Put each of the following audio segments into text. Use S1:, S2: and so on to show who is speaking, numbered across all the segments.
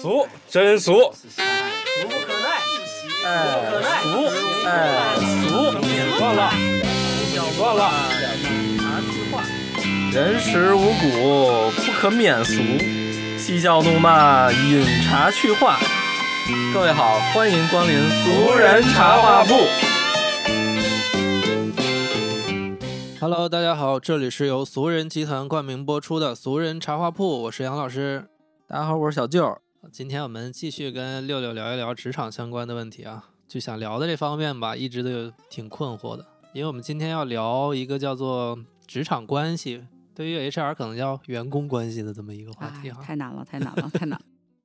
S1: 俗，真俗，
S2: 俗不可耐，
S3: 哎
S2: 可耐
S1: 俗，
S3: 哎，
S1: 俗，算了，算了，
S3: 人食五谷，不可免俗。嬉笑怒骂，饮茶去话。各位好，欢迎光临俗人茶话铺。
S4: Hello，大家好，这里是由俗人集团冠名播出的《俗人茶话铺》，我是杨老师。
S3: 大家好，我是小舅。
S4: 今天我们继续跟六六聊一聊职场相关的问题啊，就想聊的这方面吧，一直都有挺困惑的，因为我们今天要聊一个叫做职场关系，对于 HR 可能叫员工关系的这么一个话
S3: 啊
S5: 哎
S4: 题哈、
S5: 太难了，太难了，太难了，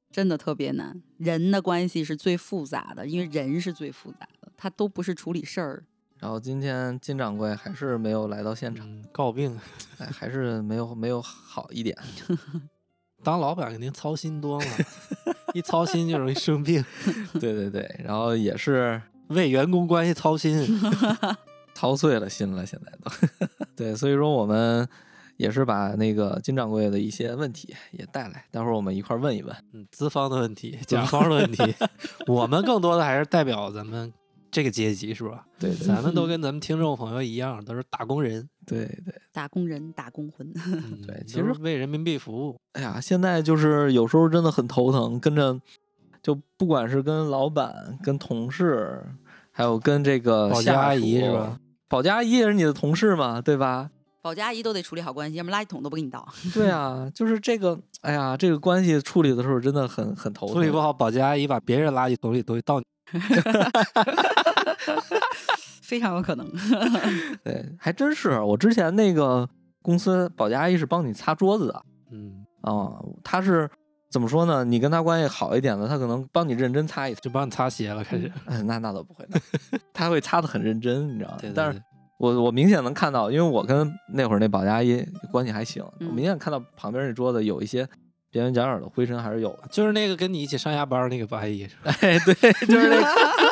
S5: 真的特别难。人的关系是最复杂的，因为人是最复杂的，他都不是处理事儿。
S3: 然后今天金掌柜还是没有来到现场，
S4: 嗯，告 病，
S3: 哎，还是没有没有好一点。
S4: 当老板肯定操心多了， 一操心就容易生病，
S3: 对对对，然后也是
S4: 为员工关系操 心，
S3: 操碎了心了，现在都。 对，所以说我们也是把那个金掌柜的一些问题也带来，待会儿我们一块儿问一问。
S4: 嗯，资方的问 题，甲方的问题， 我们更多的还是代表咱们这个阶级，是 吧？
S3: 对对
S4: 咱们都跟咱们听众朋友一样，都是打工人，
S3: 对对，
S5: 打工人，打工魂，
S4: 嗯
S3: 对其
S4: 都
S3: 实
S4: 是为人民币服务，
S3: 哎呀，现在就是有时候真的很头疼，跟着就不管是跟老板、跟同事，还有跟这个
S4: 保洁
S3: 下
S4: 阿姨
S3: 属
S4: 是吧？？
S3: 保洁阿姨也是你的同事嘛，对吧？
S5: 保洁阿姨都得处理好关系，要么垃圾桶都不给你倒。
S3: 对啊，就是这个，哎呀，这个关系处理的时候真的很很头疼。
S4: 处理不好，保洁阿姨把别人垃圾桶里东西倒你，
S5: 非常有可能，
S3: 对，还真是。我之前那个公司保洁阿姨是帮你擦桌子的
S4: 嗯，
S3: 啊，她是怎么说呢？你跟她关系好一点的，她可能帮你认真擦一 次。
S4: 就帮你擦鞋了，开始。
S3: 哎那那倒不会， 那她会擦的很认真，你知道吗？
S4: 对对
S3: 但是
S4: 对
S3: 我我明显能看到，因为我跟那会儿那保洁阿姨关系还行，
S5: 嗯
S3: 我明显看到旁边那桌子有一些边缘角角的灰尘还是有的。
S4: 就是那个跟你一起上下班儿那个阿姨，是 吧
S3: 哎， 对，就是 那个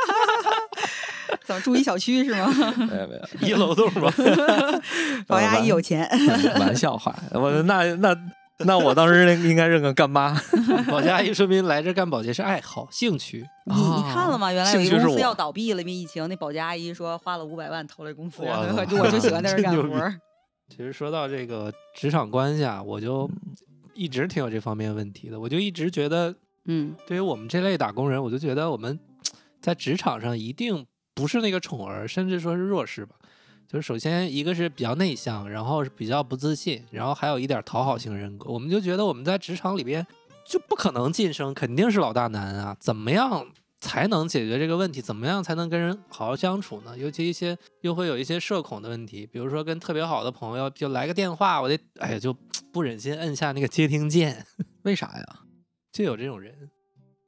S5: 怎么住一小区是吗？
S3: 没有没有，
S4: 一楼栋吧？
S5: 保洁阿
S3: 完
S5: 姨有钱，
S3: 玩笑话，我那那那我当时应该认个干 妈。
S4: 保洁阿姨说明来这干保洁是爱好、兴趣。
S5: 你你看了吗？原来有一
S3: 哦兴趣
S5: 个
S3: 是
S5: 公
S3: 我
S5: 司要倒闭了，因为疫情，那保洁阿姨说花了五百万投了公司，
S4: 哇
S5: 然后 我就我就喜欢在这儿干
S4: 真
S5: 活
S4: 牛
S5: 儿。
S4: 其实说到这个职场关系啊，我就一直挺有这方面问题的，我就一直觉得
S5: 嗯，
S4: 对于我们这类打工人，我就觉得我们在职场上一定不是那个宠儿，甚至说是弱势吧。就是首先一个是比较内向，然后是比较不自信，然后还有一点讨好型人格。我们就觉得我们在职场里边就不可能晋升，肯定是老大难啊！怎么样才能解决这个问题？怎么样才能跟人好好相处呢？尤其一些又会有一些社恐的问题，比如说跟特别好的朋友就来个电话，我得哎呀就不忍心摁下那个接听键，
S3: 为啥呀？
S4: 就有这种人。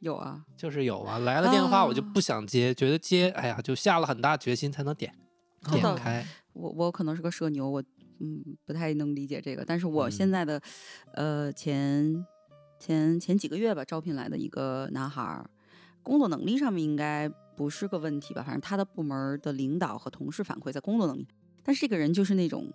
S5: 有啊，
S4: 就是有啊，来了电话我就
S5: 啊
S4: 不想接，觉得接，哎呀，就下了很大决心才能点
S5: 知
S3: 哦
S5: 道
S4: 点开。
S5: 我我可能是个社牛，我嗯不太能理解这个，但是我现
S4: 嗯
S5: 在的、呃前前前几个月吧，招聘来的一个男孩儿，工作能力上面应该不是个问题吧，反正他的部门儿的领导和同事反馈在工作能力，但是这个人就是那种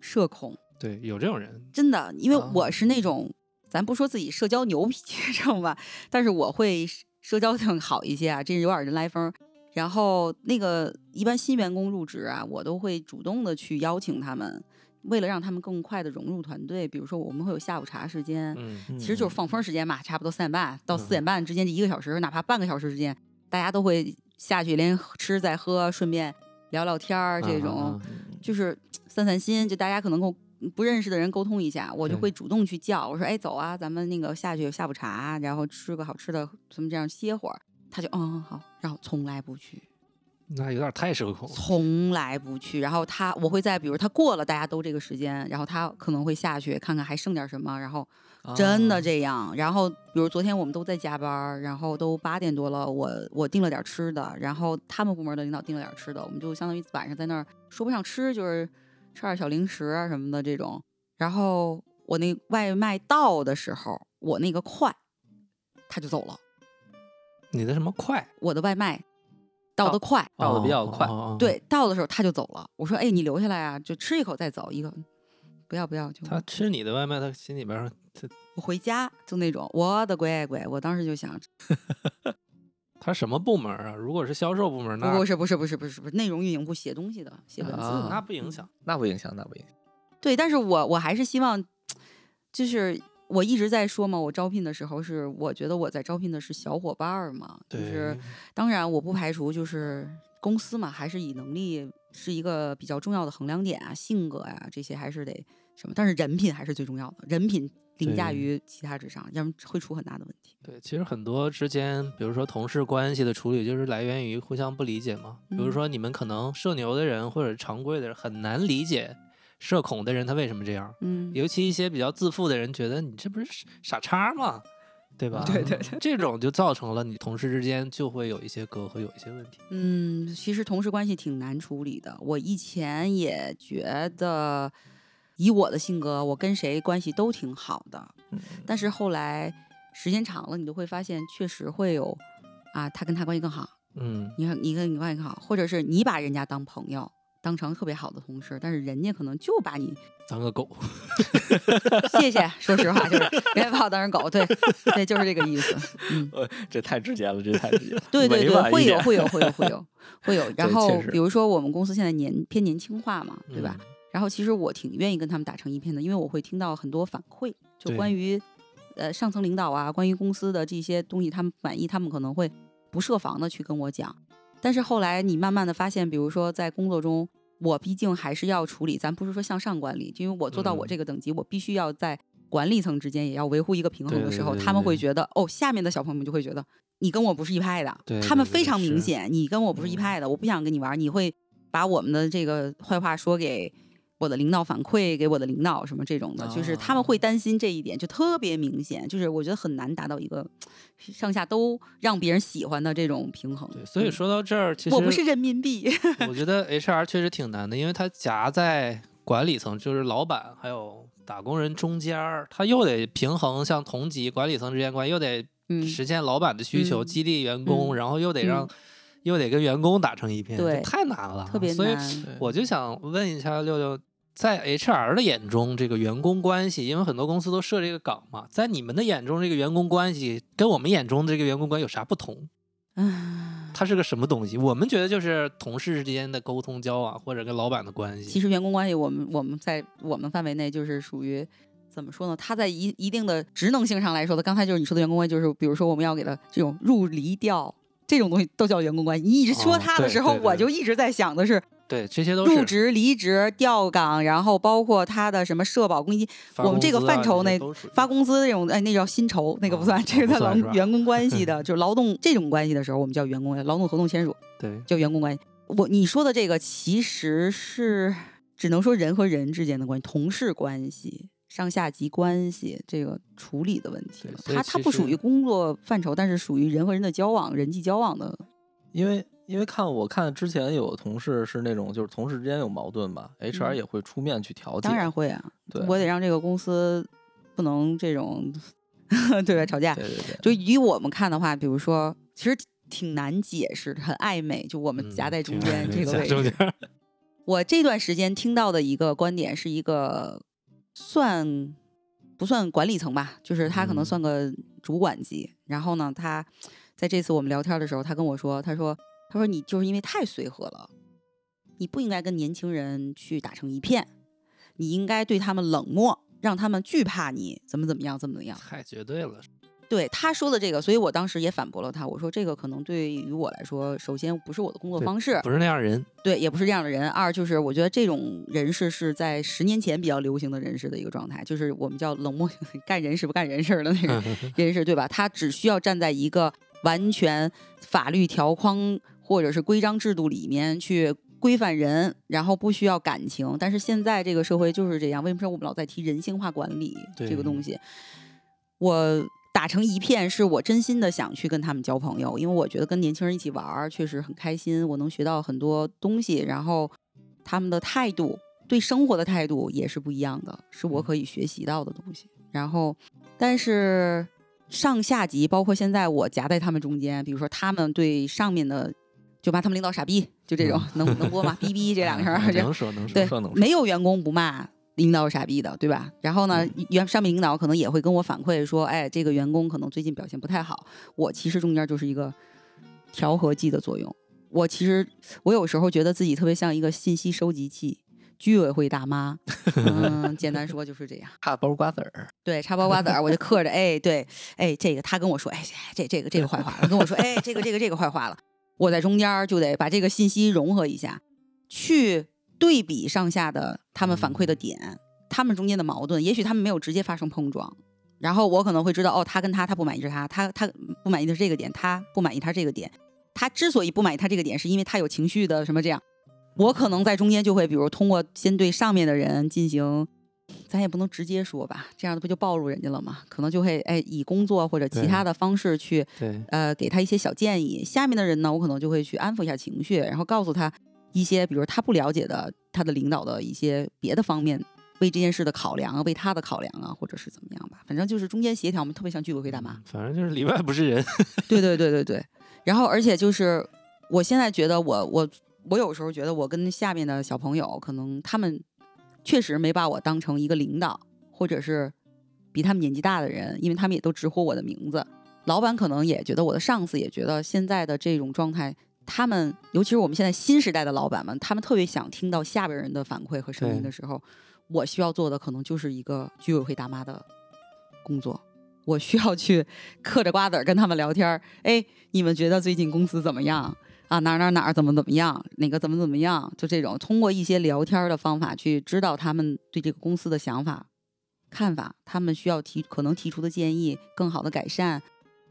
S5: 社恐，
S4: 对，有这种人，
S5: 真的，因为
S3: 啊
S4: 哦
S5: 我是那种，咱不说自己社交牛逼， 知道吧？但是我会社社交性好一些啊，这有点人来疯儿。然后那个一般新员工入职啊，我都会主动的去邀请他们，为了让他们更快的融入团队。比如说我们会有下午茶时间，
S4: 嗯，
S5: 其实就是放风儿时间嘛，差不多三点半到四点半之间这一个小时，哪怕半个小时之间，大家都会下去连吃再喝，顺便聊聊天儿这
S4: 啊
S5: 种。
S4: 啊
S5: 就是散散心，就大家可能够不认识的人沟通一下，我就
S4: 对
S5: 会主动去叫，我说哎走啊，咱们那个下去下午茶，然后吃个好吃的，咱们这样歇会儿。他就嗯好，然后从来不去，
S4: 嗯那有点太社恐了。
S5: 从来不去。然后他我会在比如他过了大家都这个时间，然后他可能会下去看看还剩点什么，然后
S4: 啊
S5: 真的这样。然后，比如昨天我们都在加班儿，然后都八点多了，我我订了点儿吃的，然后他们部门的领导订了点儿吃的，我们就相当于晚上在那儿说不上吃，就是吃点儿小零食啊什么的这种。然后我那外卖到的时候，我那个快，他就走了，
S4: 你的什么快
S5: 我的外卖到
S3: 到
S5: 的快，
S3: 到的比较快，，
S4: 哦，哦哦哦
S5: 对，到的时候他就走了。我说，哎，你留下来啊，就吃一口再走。一个不要不要，就
S4: 他吃你的外卖，他心里边儿
S5: 我回家就那种，我的乖乖！我当时就想，
S4: 他什么部门啊？如果是销售部门，那
S5: 不是不是不是不是不是内容运营部写东西的，写文字的。
S3: 啊
S4: 那不影
S5: 嗯
S4: 响。
S3: 那不影响，那不影响。
S5: 对，但是我我还是希望，就是我一直在说嘛，我招聘的时候是我觉得我在招聘的是小伙伴儿嘛，就是当然我不排除就是公司嘛，还是以能力是一个比较重要的衡量点啊，性格呀、这些还是得什么，但是人品还是最重要的，人品凌驾
S4: 对
S5: 于其他之上，要么会出很大的问题。
S4: 对，其实很多之间，比如说同事关系的处理，就是来源于互相不理解嘛。比如
S5: 嗯
S4: 说你们可能社牛的人或者常规的人很难理解社恐的人他为什么这样，
S5: 嗯，
S4: 尤其一些比较自负的人觉得你这不是傻傻叉吗？对吧？
S5: 对对对，
S4: 这种就造成了你同事之间就会有一些隔阂，有一些问题。
S5: 嗯，其实同事关系挺难处理的。我以前也觉得，以我的性格，我跟谁关系都挺好的。
S3: 嗯
S5: 但是后来时间长了，你就会发现，确实会有啊，他跟他关系更好，
S4: 嗯，
S5: 你看你跟你关系更好，或者是你把人家当朋友，当成特别好的同事，但是人家可能就把你
S4: 当个狗。
S5: 谢谢。说实话，就是 人家把我当成狗，对 对，就是这个意思。嗯。。
S3: 这太直接了，这太直接了
S5: 对对
S3: 委婉
S5: 对，
S3: 一
S5: 会有
S3: 点
S5: 会有会有会有会有。然
S3: 对
S5: 后
S3: 确实
S5: 比如说我们公司现在年偏年轻化嘛，对吧？
S4: 嗯
S5: 然后其实我挺愿意跟他们打成一片的，因为我会听到很多反馈，就
S4: 对
S5: 关于呃上层领导啊，关于公司的这些东西，他们不满意，他们可能会不设防的去跟我讲。但是后来你慢慢的发现，比如说在工作中，我毕竟还是要处理，咱不是说向上管理，就因为我做到我
S4: 嗯
S5: 这个等级，我必须要在管理层之间也要维护一个平衡
S4: 对
S5: 的
S4: 对
S5: 时候，
S4: 对
S5: 他们
S4: 对
S5: 会觉得哦，下面的小朋友们就会觉得你跟我不是一派的，
S4: 对
S5: 他们
S4: 对对
S5: 非常明
S4: 是
S5: 显，你跟我不是一
S4: 嗯
S5: 派的，我不想跟你玩儿，你会把我们的这个坏话说给我的领导，反馈给我的领导什么这种的，就是
S4: 哦
S5: 他们会担心这一点，就特别明显，就是我觉得很难达到一个上下都让别人喜欢的这种平衡。
S4: 对，所以
S5: 嗯
S4: 说到这儿，其实
S5: 我不是人民币，
S4: 我觉得 HR 确实挺难的，因为它夹在管理层，就是老板还有打工人中间儿，他又得平衡像同级管理层之间关系，又得
S5: 嗯，
S4: 实现老板的需求，
S5: 嗯
S4: 激励员工，
S5: 嗯
S4: 然后又得
S5: 嗯
S4: 让、又得跟员工打成一片，
S5: 对
S4: 这太难了，
S5: 特别
S4: 啊所以
S5: 难。
S4: 我就想问一下六六，在 HR 的眼中，这个员工关系，因为很多公司都设这个岗嘛，在你们的眼中，这个员工关系跟我们眼中的这个员工关系有啥不同？
S5: 唉
S4: 它是个什么东西？我们觉得就是同事之间的沟通交往，或者跟老板的关系。
S5: 其实员工关系，我们我们在我们范围内就是属于怎么说呢？他在一一定的职能性上来说的，刚才就是你说的员工关系，就是比如说我们要给他这种入离调这种东西都叫员工关系。你一直说
S4: 哦
S5: 他的
S4: 对
S5: 时候，
S4: 对对
S5: 我就一直在想的是
S4: 对，这些都是
S5: 入职、离职、调岗，然后包括他的什么社保公积金、
S4: 发
S5: 我
S4: 工
S5: 们这个
S4: 资啊
S5: 范畴
S4: 这些
S5: 内
S4: 都属于
S5: 发工资这种，哎，那叫薪酬，那个不
S4: 啊
S5: 算，
S4: 啊
S5: 这
S4: 不
S5: 个叫
S4: 算
S5: 劳
S4: 是吧
S5: 员工关系的，就是劳动这种关系的时候，我们叫员工关系，劳动合同签署。
S4: 对
S5: 就员工关系。我你说的这个其实是只能说人和人之间的关系，同事关系、上下级关系这个处理的问题
S4: 对
S5: 了。
S4: 所以
S5: 它
S4: 其
S5: 它不属
S4: 实
S5: 于工作范畴，但是属于人和人的交往、人际交往的。
S3: 因为因为看我看之前有同事是那种就是同事之间有矛盾嘛，HR
S5: 嗯
S3: 也会出面去调解。
S5: 当然会啊，
S3: 对，
S5: 我得让这个公司不能这种 对外吵架。
S3: 对对对，
S5: 就以我们看的话，比如说，其实挺难解释，很暧昧，就我们
S4: 嗯
S5: 夹在中间这个位置。我这段时间听到的一个观点是一个算不算管理层吧，就是他可能
S4: 嗯
S5: 算个主管级。然后呢，他在这次我们聊天的时候，他跟我说，他说他说你就是因为太随和了，你不应该跟年轻人去打成一片，你应该对他们冷漠，让他们惧怕你，怎么怎么样，怎么怎么样。
S4: 太绝对了，
S5: 对他说的这个，所以我当时也反驳了他，我说这个可能对于我来说，首先不是我的工作
S4: 对
S5: 方式，
S4: 不是那样人。
S5: 对，也不是这样的人。二就是我觉得这种人士是在十年前比较流行的人士的一个状态，就是我们叫冷漠 型干人事不干人事儿的 那个人士，对吧？他只需要站在一个完全法律条框或者是规章制度里面去规范人，然后不需要感情。但是现在这个社会就是这样，为什么我们老在提人性化管理这个
S4: 对
S5: 东西？我。打成一片，是我真心的想去跟他们交朋友，因为我觉得跟年轻人一起玩儿确实很开心，我能学到很多东西，然后他们的态度对生活的态度也是不一样的，是我可以学习到的东西。然后，但是上下级，包括现在我夹在他们中间，比如说他们对上面的，就骂
S3: 啊
S5: 他 们领导傻逼，就这种，能能播吗？逼逼这两个事儿，
S4: 能说能说，
S5: 对
S3: 嗯说能，说
S5: 没有员工不骂，领导有傻逼的，对吧？然后呢，原上面领导可能也会跟我反馈说，哎，这个员工可能最近表现不太好。我其实中间就是一个调和剂的作用。我其实我有时候觉得自己特别像一个信息收集器，居委会大妈。嗯，简单说就是这样。
S3: 怕包瓜子儿，
S5: 对，插包瓜子儿，我就嗑着，哎，对，哎，这个他跟我说，哎，这这个这个坏话了，跟我说，哎，这个这个这个坏话了，我在中间儿就得把这个信息融合一下，去对比上下的他们反馈的点，他们中间的矛盾，也许他们没有直接发生碰撞，然后我可能会知道，哦，他跟他他不满意是他，他他不满意的是这个点，他不满意他是这个点，他之所以不满意他这个点，是因为他有情绪的什么这样，我可能在中间就会，比如通过先对上面的人进行。咱也不能直接说吧，这样不就暴露人家了吗？可能就会哎，以工作或者其
S3: 对
S5: 他的方式去
S3: 对，
S5: 呃，给他一些小建议。下面的人呢，我可能就会去安抚一下情绪，然后告诉他一些，比如他不了解的，他的领导的一些别的方面，为这件事的考量啊，为他的考量啊，或者是怎么样吧。反正就是中间协调，我们特别像居委会大 妈。
S4: 反正就是里外不是人。
S5: 对对对对对。然后，而且就是我现在觉得我，我我有时候觉得我跟下面的小朋友，可能他们确实没把我当成一个领导，或者是比他们年纪大的人，因为他们也都直呼我的名字。老板可能也觉得我的上司也觉得现在的这种状态，他们尤其是我们现在新时代的老板们，他们特别想听到下边人的反馈和声音
S4: 对
S5: 的时候，我需要做的可能就是一个居委会大妈的工作。我需要去嗑着瓜子儿跟他们聊天儿。哎，你们觉得最近公司怎么样啊？哪儿哪儿哪儿怎么怎么样？哪个怎么怎么样？就这种通过一些聊天儿的方法去知道他们对这个公司的想法、看法，他们需要提可能提出的建议，更好的改善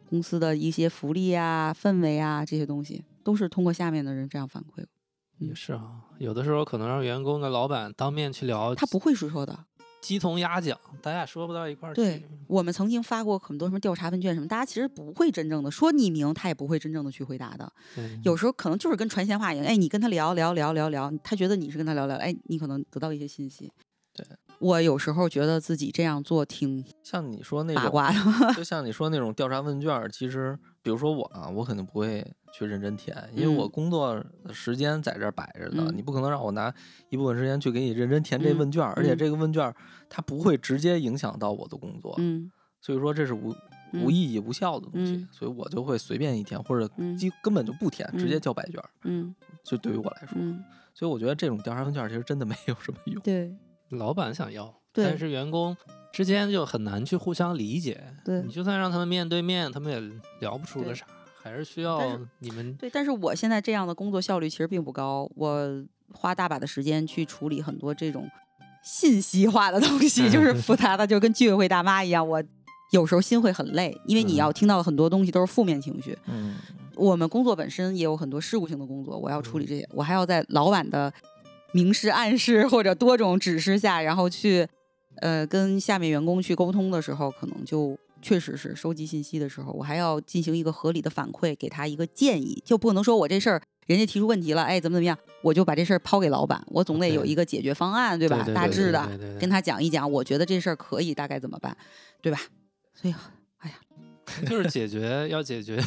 S5: 公司的一些福利啊、氛围啊这些东西，都是通过下面的人这样反馈。
S4: 也是啊，有的时候可能让员工跟老板当面去聊，
S5: 他不会说的。
S4: 鸡同鸭讲，咱俩说不到一块儿去。
S5: 对我们曾经发过很多什么调查问卷什么，大家其实不会真正的说匿名，他也不会真正的去回答的。
S4: 对，
S5: 有时候可能就是跟传闲话一样，哎，你跟他聊聊聊聊聊，他觉得你是跟他聊聊，哎，你可能得到一些信息。
S3: 对，
S5: 我有时候觉得自己这样做挺
S3: 像你说那
S5: 八
S3: 种，
S5: 卦的，
S3: 就像你说那种调查问卷儿，其实比如说我啊，我肯定不会去认真填，因为我
S5: 嗯
S3: 工作时间在这儿摆着的，
S5: 嗯
S3: 你不可能让我拿一部分时间去给你认真填这
S5: 嗯
S3: 问卷儿，而且
S5: 嗯
S3: 这个问卷儿它不会直接影响到我的工作，
S5: 嗯
S3: 所以说这是无无
S5: 嗯
S3: 意义、无效的东西，
S5: 嗯
S3: 所以我就会随便一填，或者
S5: 嗯
S3: 几根本就不填，直接
S5: 嗯
S3: 交白卷儿。
S5: 嗯
S3: 就对于我来说，
S5: 嗯，
S3: 所以我觉得这种调查问卷儿其实真的没有什么用。
S5: 对
S4: 老板想要，
S5: 对
S4: 但是员工之间就很难去互相理解。
S5: 对
S4: 你就算让他们面对面，他们也聊不出个
S5: 对
S4: 啥，还是需
S5: 但
S4: 要
S5: 是
S4: 你们
S5: 对，但是我现在这样的工作效率其实并不高，我花大把的时间去处理很多这种信息化的东西，就是复杂的，就跟居委会大妈一样，我有时候心会很累，因为
S3: 嗯
S5: 你要听到的很多东西都是负面情绪，
S3: 嗯，
S5: 我们工作本身也有很多事务性的工作，我要
S4: 嗯
S5: 处理这些，我还要在老板的明示、暗示或者多种指示下，然后去呃跟下面员工去沟通的时候，可能就确实是收集信息的时候，我还要进行一个合理的反馈，给他一个建议，就不能说我这事儿人家提出问题了，哎，怎么怎么样，我就把这事儿抛给老板，我总得
S4: 对
S5: 有一个解决方案，对吧？
S4: 对对
S5: 大
S4: 对
S5: 致
S4: 对
S5: 的
S4: 对对对
S5: 跟他讲一讲，我觉得这事儿可以，大概怎么办，对吧？所以，哎呀，
S4: 就是解决要解决，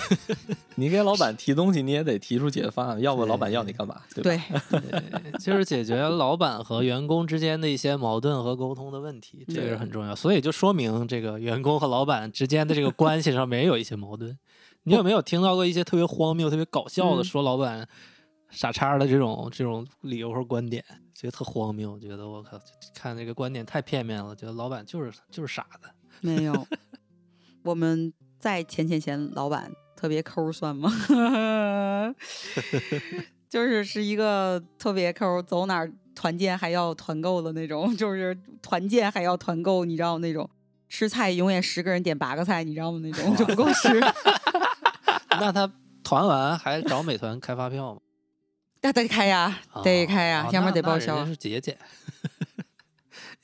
S3: 你给老板提东西，你也得提出解决方案，要不老板要你干嘛？对吧？
S5: 对，
S4: 就是解决老板和员工之间的一些矛盾和沟通的问题，这个是很重要。所以就说明这个员工和老板之间的这个关系上面也有一些矛盾。你有没有听到过一些特别荒谬、特别搞笑的
S5: 嗯
S4: 说老板傻叉的这种这种理由和观点？觉得特荒谬，觉得我靠，看这个观点太片面了，觉得老板就是就是傻子。
S5: 没有，我们在前前前老板特别抠儿算吗？ 就是是一个特别抠儿，走哪儿团建还要团购的那种，就是团建还要团购，你知道那种吃菜永远十个人点八个菜，你知道吗？那种就不够吃。
S4: 那他团完还找美团开发票吗？
S5: 那得开呀，得开呀
S4: 啊，
S5: 要
S4: 那
S5: 不然得
S4: 那
S5: 报
S4: 人
S5: 销
S4: 家
S5: 啊。
S4: 是节俭，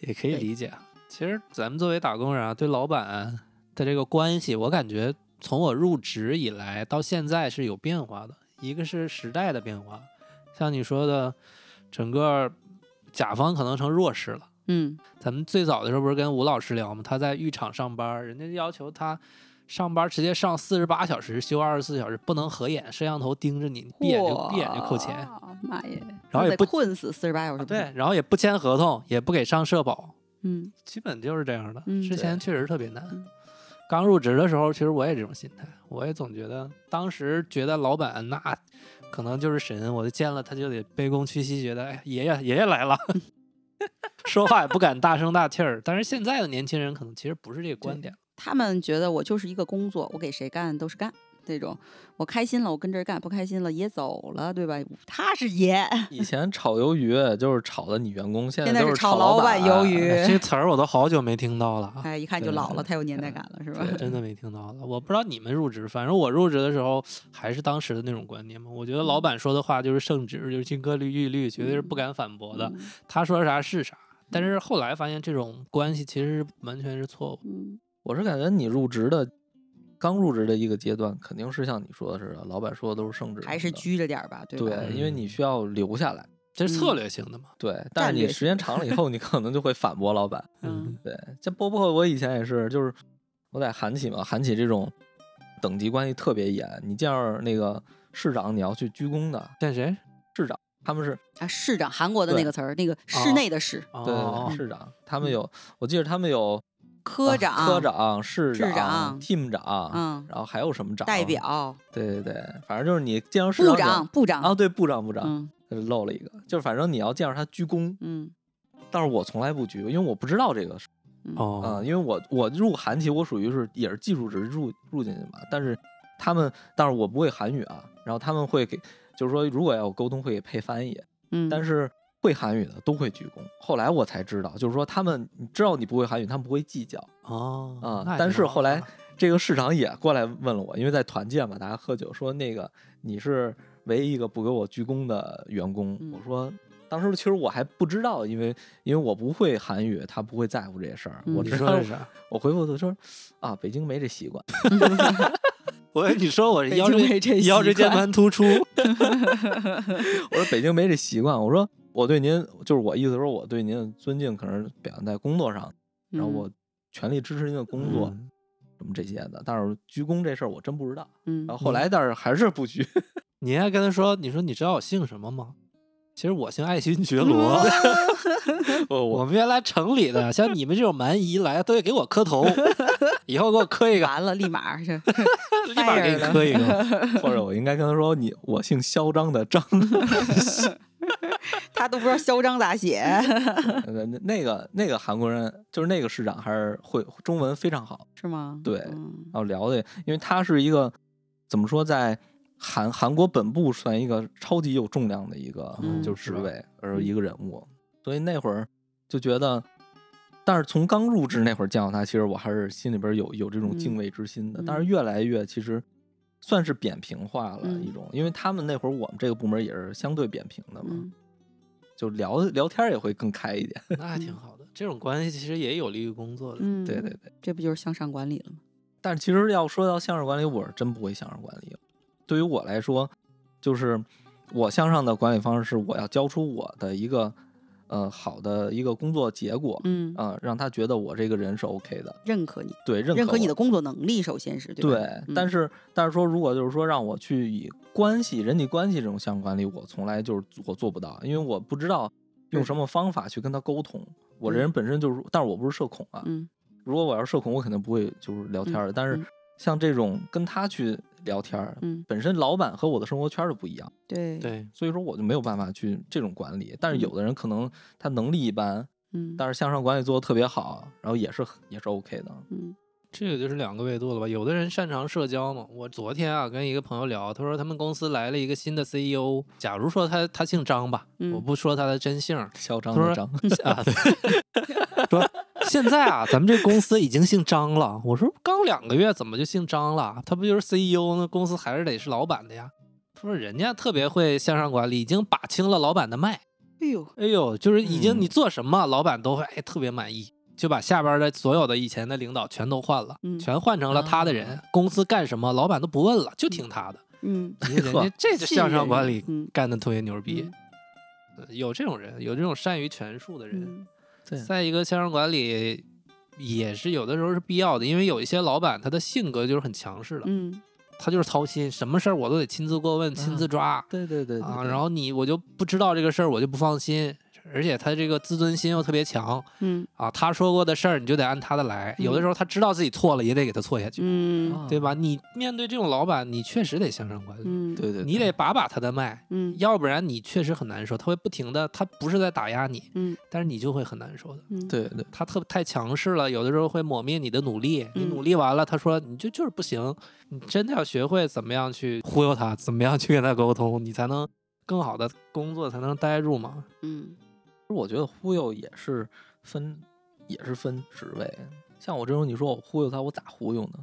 S4: 也可以
S5: 对
S4: 理解啊。其实咱们作为打工人啊，对老板的这个关系，我感觉从我入职以来到现在是有变化的。一个是时代的变化，像你说的，整个甲方可能成弱势了。
S5: 嗯
S4: 咱们最早的时候不是跟吴老师聊吗？他在浴场上班，人家要求他上班直接上四十八小时，休二十四小时，不能合眼，摄像头盯着你，闭眼就闭眼就扣钱，
S5: 哇。妈耶！
S4: 然后也
S5: 得
S4: 不啊
S5: 困死四十八小 时。，
S4: 对，然后也不签合同，也不给上社保，
S5: 嗯，
S4: 基本就是这样的。
S5: 嗯
S4: 之前确实特别难
S5: 嗯。
S4: 刚入职的时候，其实我也这种心态，我也总觉得当时觉得老板那可能就是神，我就见了他就得卑躬屈膝，觉得哎爷爷爷爷 来了，说话也不敢大声大气儿。但是现在的年轻人可能其实不是这个观
S5: 对
S4: 点，
S5: 他们觉得我就是一个工作，我给谁干都是干这种。我开心了，我跟这儿干；不开心了，爷走了，对吧？他是爷，
S3: 以前炒鱿鱼就是炒的你员工，现
S5: 现
S3: 在
S5: 在
S3: 呃都
S5: 是
S3: 炒
S5: 炒老
S3: 板啊
S5: 板鱿鱼
S4: 哎这词儿我都好久没听到了啊。
S5: 哎，一看就
S3: 对
S5: 老了，太有年代感了，是吧？
S4: 真的没听到了，我不知道你们入职，反正我入职的时候还是当时的那种观念嘛。我觉得老板说的话就是圣旨，就是金科绿玉律，绝对是不敢反驳的。
S5: 嗯
S4: 他说啥是啥。但是后来发现这种关系其实是完全是错误。
S5: 嗯，
S3: 我是感觉你入职的刚入职的一个阶段，肯定是像你说的似的，老板说的都是圣旨，
S5: 还是拘着点儿吧，对吧？
S3: 对，嗯因为你需要留下来。
S4: 这是策略性的嘛？
S3: 对，但是
S5: 略
S3: 你
S5: 性
S3: 时间长了以后，你可能就会反驳老板。
S5: 嗯，
S3: 对，这包括我以前也是，就是我在韩企嘛，韩企这种等级关系特别严，你见着那个市长你要去鞠躬的，
S4: 见谁？
S3: 他们是
S5: 啊，市长，韩国的那
S3: 对啊
S5: 个词儿，那个
S4: 哦
S5: 室内的市，
S4: 哦、
S3: 对对对市长，他们有，我记得他们有
S5: 嗯科
S3: 啊
S5: 长，
S3: 科，长、市
S5: 市
S3: 长、
S5: 长
S3: team 长，
S5: 嗯，
S3: 然后还有什么长？
S5: 代。表，
S3: 对对对，反正就是你见着啊市你
S5: 部
S3: 要
S5: 长，部长，
S3: 啊，对，部长部长，
S5: 嗯
S3: 漏了一个，就是反正你要见着他鞠躬，
S5: 嗯
S3: 但是我从来不鞠，因为我不知道这个事
S5: 嗯，
S3: 啊、
S4: 哦，
S3: 因为我我入韩企，我属于是也是技术职入入进去嘛，但是他们，但是我不会韩语啊，然后他们会给，就是说如果要有沟通会给配翻译，
S5: 嗯，
S3: 但是 会韩语的都会鞠躬。后来我才知道，就是说他们你知道你不会韩语，他们不会计较。
S4: 哦
S3: 啊
S4: 那也
S3: 但
S4: 挺
S3: 是
S4: 好
S3: 后
S4: 的
S3: 来这个市长也过来问了我，因为在团建嘛，大家喝酒说那个你是唯一一个不给我鞠躬的员工。
S5: 嗯
S3: 我说当时其实我还不知道，因为因为我不会韩语，他不会在乎这些事儿。
S5: 嗯
S3: 我
S4: 你
S3: 知
S4: 说
S3: 道
S4: 的，是啥？
S3: 我回复他说啊，北京没这习惯。
S4: 我以为你说我
S5: 北
S4: 腰
S5: 京
S4: 椎
S5: 没这
S4: 腰
S5: 习
S4: 椎间
S5: 惯
S4: 盘突出，
S3: 我说北京没这习惯。我说我对您就是我意思说我对您的尊敬，可能表现在工作上，然后
S5: 嗯
S3: 我全力支持您的工作。
S4: 嗯
S3: 什么这些的，但是鞠躬这事儿我真不知道。
S5: 嗯，
S3: 然后后来，但是还是 不鞠。
S4: 你还跟他说，你说你知道我姓什么吗？其实我姓爱新觉罗。
S3: 我
S4: 我们原来城里 的，像你们这种蛮夷来，都得给我磕 头，以后给我磕一个，
S5: 完了，立马 儿是
S4: 立马给你 磕一个。
S3: 或者我应该跟他说你我姓嚣张 的张，
S5: 他都不知道嚣张咋写，
S3: 呃那个那个韩国人就是那个市长还是会中文非常好，
S5: 是吗？
S3: 对
S5: 嗯
S3: 然后聊的，因为他是一个怎么说在。韩韩国本部算一个超级有重量的一个
S5: 嗯
S3: 就是职
S4: 是吧
S3: 位，而一个人物，所以那会儿就觉得，但是从刚入职那会儿见到他，其实我还是心里边有有这种
S5: 嗯
S3: 敬畏之心的。
S5: 嗯
S3: 但是越来越其实算是扁平化了
S5: 嗯
S3: 一种，因为他们那会儿我们这个部门也是相对扁平的嘛，
S5: 嗯
S3: 就聊聊天儿也会更开一点。
S4: 那还挺好的，这种关系其实也有利于工作的。
S5: 嗯，
S3: 对对，对，
S5: 这不就是向上管理了吗？
S3: 但是其实要说到向上管理，我是真不会向上管理。对于我来说，就是我向上的管理方式是我要交出我的一个呃好的一个工作结果，
S5: 嗯，
S3: 啊、让他觉得我这个人是 OK 的，
S5: 认可你，
S3: 对，认可
S5: 认可你
S3: 我
S5: 的工作能力，首先是
S3: 对
S5: 吧？嗯
S3: 但是但是说如果就是说让我去以关系人际关系这种相关管理，我从来就是我做不到，因为我不知道用什么方法去跟他沟通。我这人本身就是，但是我不是社恐啊，
S5: 嗯
S3: 如果我要是社恐，我肯定不会就是聊天儿的。但是
S5: 嗯
S3: 像这种跟他去聊天儿，
S5: 嗯，
S3: 本身老板和我的生活圈儿就不一样，
S5: 对，
S4: 对，
S3: 所以说我就没有办法去这种管理。但是
S5: 嗯
S3: 有的人可能他能力一般，
S5: 嗯，
S3: 但是向上管理做的特别好，然后也是也是 OK 的。
S5: 嗯
S4: 这个就是两个维度了吧？有的人擅长社交嘛。我昨天啊跟一个朋友聊，他说他们公司来了一个新的 CEO，假如说他他姓张吧，
S5: 嗯
S4: 我不说他的真姓儿
S3: 嚣张
S4: 他
S3: 的
S4: 说
S3: 张，
S4: 啊，对说现在啊咱们这公司已经姓张了。我说刚两个月怎么就姓张了？他不就是 CEO 那公司还是得是老板的呀？他说人家特别会向上管理，已经把清了老板的脉。
S5: 哎呦，
S4: 哎呦，就是已经
S3: 嗯
S4: 你做什么，老板都会哎特别满意，就把下边的所有的以前的领导全都换了，
S5: 嗯啊
S4: 全换成了他的人。公司干什么，老板都不问了，就听他的。
S5: 嗯，
S4: 你看人家这就向上管理
S5: 嗯
S4: 干的特别牛逼
S5: 嗯，
S4: 呃有这种人，有这种善于权术的人。
S5: 嗯
S3: 对
S4: 再一个，向上管理也是有的时候是必要的，因为有一些老板他的性格就是很强势的，
S5: 嗯，
S4: 他就是操心，什么事儿我都得亲自过问、亲自抓
S3: 对对嗯对
S4: 啊。然后你我就不知道这个事儿，我就不放心，而且他这个自尊心又特别强
S5: 嗯
S4: 啊，他说过的事儿你就得按他的来。有
S3: 嗯
S4: 的时候他知道自己错了，也得给他错下去，
S3: 啊
S5: 嗯
S4: 对？吧？你面对这种老板，你确实得向上管理，
S5: 嗯，
S3: 对对，
S4: 你得把把他的脉。
S5: 嗯
S4: 要不然你确实很难受，他会不停的，他不是在打压你，
S5: 嗯
S4: 但是你就会很难受的。
S5: 嗯，
S3: 对对
S4: 他特太强势了，有的时候会抹灭你的努力。你
S5: 嗯
S4: 努力完了，他说你就就是不行，你真的要学会怎么样去忽悠他，怎么样去跟他沟通，你才能更好的工作才能待住嘛。
S5: 嗯
S3: 我觉得忽悠也是分，也是分职位。像我这种，你说我忽悠他，我咋忽悠呢？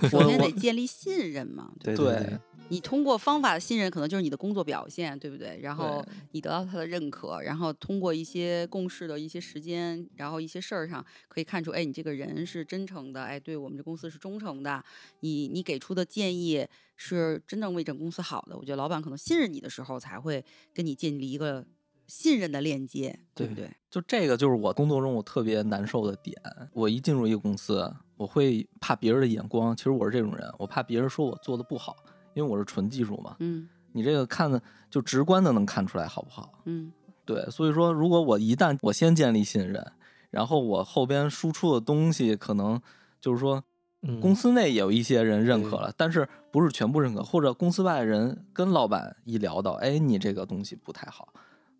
S3: 我
S5: 首先得
S3: 我
S5: 建立信任 嘛，对吧
S4: 对
S3: 对
S5: 你通过方法的信任，可能就是你的工作表现，对不对？然后
S3: 对
S5: 你得到他的认可，然后通过一些共事的一些时间，然后一些事儿上，可以看出，哎，你这个人是真诚的，哎，对我们这公司是忠诚的，你你给出的建议是真正为整公司好的。我觉得老板可能信任你的时候，才会跟你建立一个信任的链接，对不
S4: 对
S5: 对？
S3: 就这个就是我工作中我特别难受的点。我一进入一个公司，我会怕别人的眼光。其实我是这种人，我怕别人说我做的不好，因为我是纯技术嘛。
S5: 嗯
S3: 你这个看的就直观的能看出来好不好？
S5: 嗯
S3: 对，所以说，如果我一旦我先建立信任，然后我后边输出的东西，可能就是说
S4: 嗯，
S3: 公司内有一些人认
S4: 对
S3: 可了，但是不是全部认可，或者公司外的人跟老板一聊到，哎，你这个东西不太好，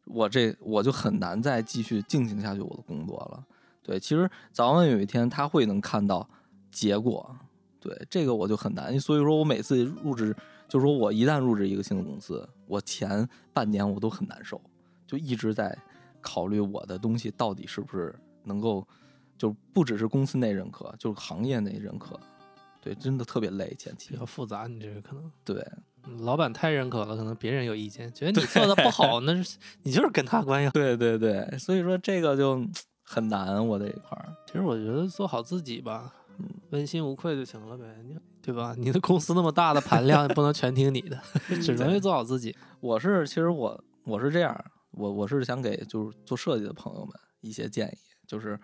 S3: 我这我就很难再继续进行下去我的工作了。对，其实早晚有一天他会能看到结果，对这个我就很难。所以说我每次入职，就说我一旦入职一个新的公司，我前半年我都很难受，就一直在考虑我的东西到底是不是能够，就不只是公司内认可，就是行业内认可。对，真的特别累前
S4: 比
S3: 期
S4: 较。复杂，你这个可能
S3: 对
S4: 嗯老板太认可了，可能别人有意见，觉得你做的不 好，那是你就是跟他关系好。
S3: 对对对，所以说这个就很难，我这一块儿。
S4: 其实我觉得做好自己吧
S3: 嗯，
S4: 问心无愧就行了呗，你对吧？你的公司那么大的盘 量，也不能全听你的，只能
S3: 对
S4: 去做好自己。
S3: 我是其实我我是这样，我我是想给就是做设计的朋友们一些建议，就是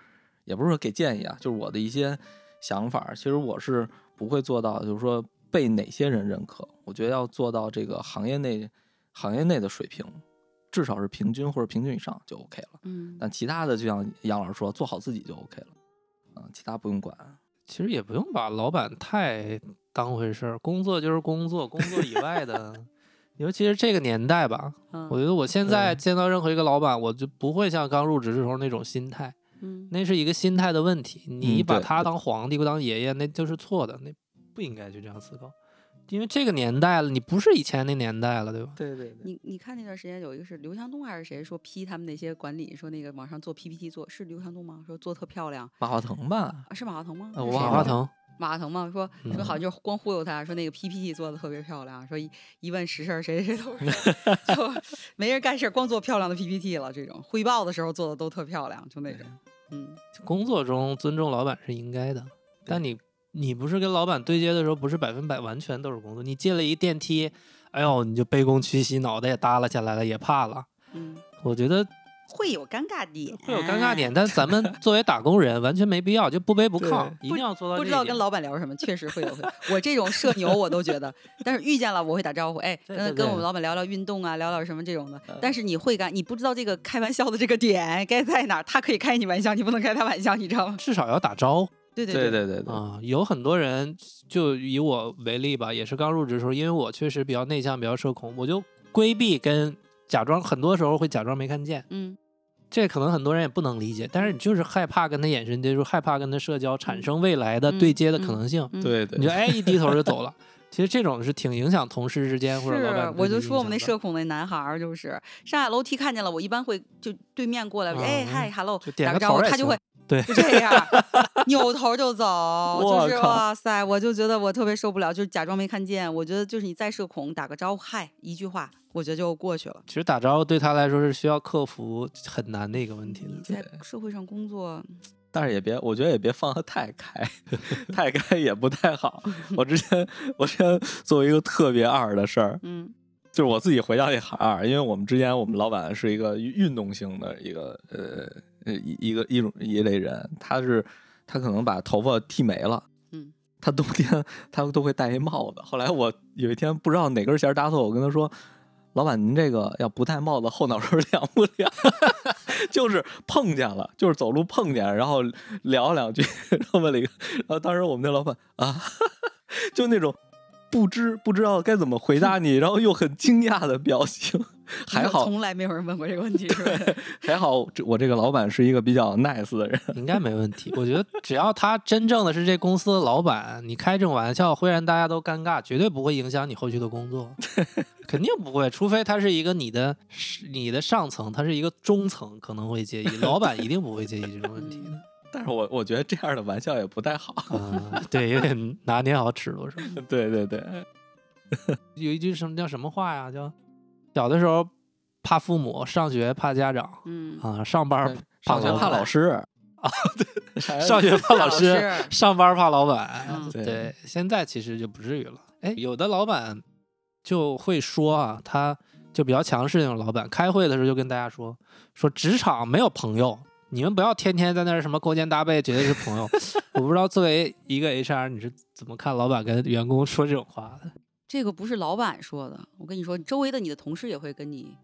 S3: 也不是说给建议啊，就是我的一些想法儿。其实我是不会做到，就是说被哪些人认可，我觉得要做到这个行业内行业内的水平，至少是平均或者平均以上就 OK 了。
S5: 嗯
S3: 但其他的就像杨老师说，做好自己就 OK 了，嗯，其他不用管。
S4: 其实也不用把老板太当回事儿，工作就是工作，工作以外的，尤其是这个年代吧，我
S5: 嗯
S4: 觉得我现在
S3: 对
S4: 见到任何一个老板，我就不会像刚入职的时候那种心态，
S5: 嗯
S4: 那是一个心态的问题。你
S3: 嗯
S4: 把
S3: 对
S4: 他当皇帝、当爷爷，那就是错的，那不应该去这样思考，因为这个年代了，你不是以前那年代了，对吧？
S3: 对对对，
S5: 你你看那段时间有一个是刘强东还是谁说批他们那些管理说那个网上做 PPT 做是刘强东吗？说做特漂亮
S3: 马化腾吧，
S5: 啊是马化腾吗？
S3: 啊
S5: 是
S3: 我
S5: 谁
S3: 忘
S4: 呃马
S5: 说
S4: 化
S3: 了
S5: 的
S4: 腾，
S5: 马化腾嘛，说说
S4: 嗯
S5: 好像就是光忽悠他，说那个 PPT 做的特别漂亮，说一一问实事儿，谁谁都是， 就没人干事儿，光做漂亮的 PPT 了。这种汇报的时候做的都特漂亮，就那种，嗯
S4: 工作中尊重老板是应该的，但你你不是跟老板对接的时候，不是百分百完全都是工作。你进了一电梯，哎呦，你就卑躬屈膝，脑袋也耷拉下来了，也怕了。
S5: 嗯，
S4: 我觉得
S5: 会有尴尬点，
S4: 会有尴尬，点，但咱们作为打工人，完全没必要，就不卑不亢，
S3: 对
S4: 一定要做到
S5: 不
S4: 这一
S5: 知道
S4: 点。
S5: 跟老板聊什么，确实会有会。我这种社牛我都觉得，但是遇见了我会打招呼，哎，
S4: 对
S5: 跟
S4: 对
S5: 跟我
S4: 对嗯
S5: 们老板聊聊运动啊，聊聊什么这种的。但是你会干，你不知道这个开玩笑的这个点该在哪儿，他可以开你玩笑，你不能开他玩笑，你知道吗？
S4: 至少要打招呼
S5: 对对
S3: 对对对对，
S4: 啊、有很多人，就以我为例吧，也是刚入职的时候，因为我确实比较内向，比较社恐，我就规避跟假装，很多时候会假装没看见。
S5: 嗯
S4: 这可能很多人也不能理解，但是你就是害怕跟他眼神接触，害怕跟他社交，产生未来的对接的可能性。
S5: 嗯，
S3: 对
S4: 你就
S3: 对，
S4: 哎一低头就走了，其实这种是挺影响同事之间或者老板
S5: 是
S4: 之，间
S5: 我就
S4: 的影
S5: 说我
S4: 响
S5: 们那
S4: 的
S5: 社恐那男孩儿，就是上下楼梯看见了，我一般会就对面过来，哎
S4: 嗯
S5: 嗨，hello，
S4: 就点
S5: 打
S4: 个
S5: 个招呼，
S4: 头也
S5: 他就
S4: 行
S5: 会
S4: 对
S5: 就 这样儿扭头就走，
S3: 我
S5: 就是
S3: 靠
S5: 哇塞，我就觉得我特别受不了，就是假装没看见。我觉得就是你再社恐，打个招呼嗨一句话，我觉得就过去了。
S4: 其实打招呼对他来说是需要克服很难的一个问题
S5: 你
S4: 的。
S5: 在社会上工作，
S3: 但是也别，我觉得也别放得太开，太开也不太好。我之前，我之前做一个特别二的事儿，
S5: 嗯
S3: 就是我自己回家也喊啊二，因为我们之前我们老板是一个运动型的一个呃呃一一个一种一类人，他是他可能把头发剃没了，
S5: 嗯，
S3: 他冬天他都会戴一帽子。后来我有一天不知道哪根弦搭错，我跟他说：“老板，您这个要不戴帽子，后脑勺凉不凉？” 就是碰见了，就是走路碰见，然后聊两句， 然后问了一个，然后当时我们那老板啊， 就那种。不知不知道该怎么回答你，然后又很惊讶的表情， 还好
S5: 从来没有人问过这个问题，是吧？
S3: 还好，这我这个老板是一个比较 nice 的人。
S4: 应该没问题。我觉得只要他真正的是这公司的老板，你开这种玩笑会让大家都尴尬，绝对不会影响你后续的工作， 肯定不会。除非他是一个你的你的上层，他是一个中层，可能会介意，老板一定不会介意这种问题的。
S3: 但是我我觉得这样的玩笑也不太好。
S4: 嗯， 对，有点拿捏好尺度是吧？
S3: 对对对，
S4: 有一句什么叫什么话呀？叫小的时候怕父母，上学怕家长
S5: 嗯，
S4: 啊，上班
S3: 上学
S4: 老
S3: 怕
S4: 板
S3: 老师 啊，对，
S4: 上学怕老师，
S5: 师
S4: 上班怕老板。
S5: 嗯
S3: 对
S4: 对，现在其实就不至于了。哎，有的老板就会说啊，他就比较强势那种老板，开会的时候就跟大家说，说职场没有朋友，你们不要天天在那儿什么勾肩搭背，绝对是朋 友。我不知道作为一个 HR，你是怎么看老板跟员工说这种话的？
S5: 这个不是老板说的，我跟你说，周围的你的同事也会跟你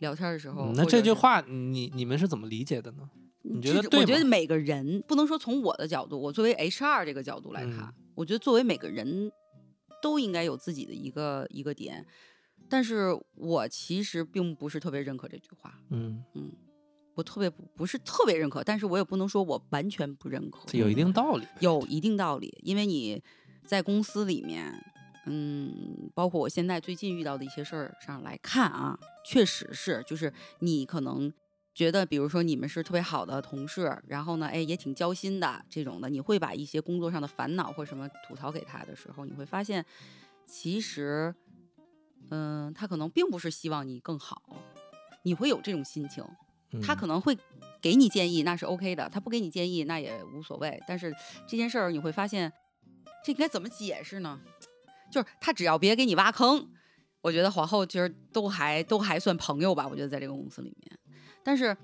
S5: 聊天的时候，
S4: 嗯那
S5: 或者
S4: 这句
S5: 是
S4: 话你你们是怎么理解的呢？你觉
S5: 这
S4: 得
S5: 是
S4: 对
S5: 我觉
S4: 吗
S5: 得每个人不能说从我的角度，我作为 HR 这个角度来看，
S4: 嗯
S5: 我觉得作为每个人都应该有自己的一个一个点，但是我其实并不是特别认可这句话，
S4: 嗯，
S5: 我特别不不是特别认可，但是我也不能说我完全不认可，
S4: 这有一定道理。
S5: 有一定道理，因为你在公司里面，嗯，包括我现在最近遇到的一些事儿上来看啊，确实是，就是你可能觉得，比如说你们是特别好的同事，然后呢，哎，也挺交心的这种的，你会把一些工作上的烦恼或什么吐槽给他的时候，你会发现，其实，嗯、他可能并不是希望你更好，你会有这种心情。他
S4: 嗯
S5: 可能会给你建议，那是 OK 的；他不给你建议，那也无所谓。但是这件事儿，你会发现，这应该怎么解释呢？就是他只要别给你挖坑，我觉得皇后其实都还都还算朋友吧。我觉得在这个公司里面，但是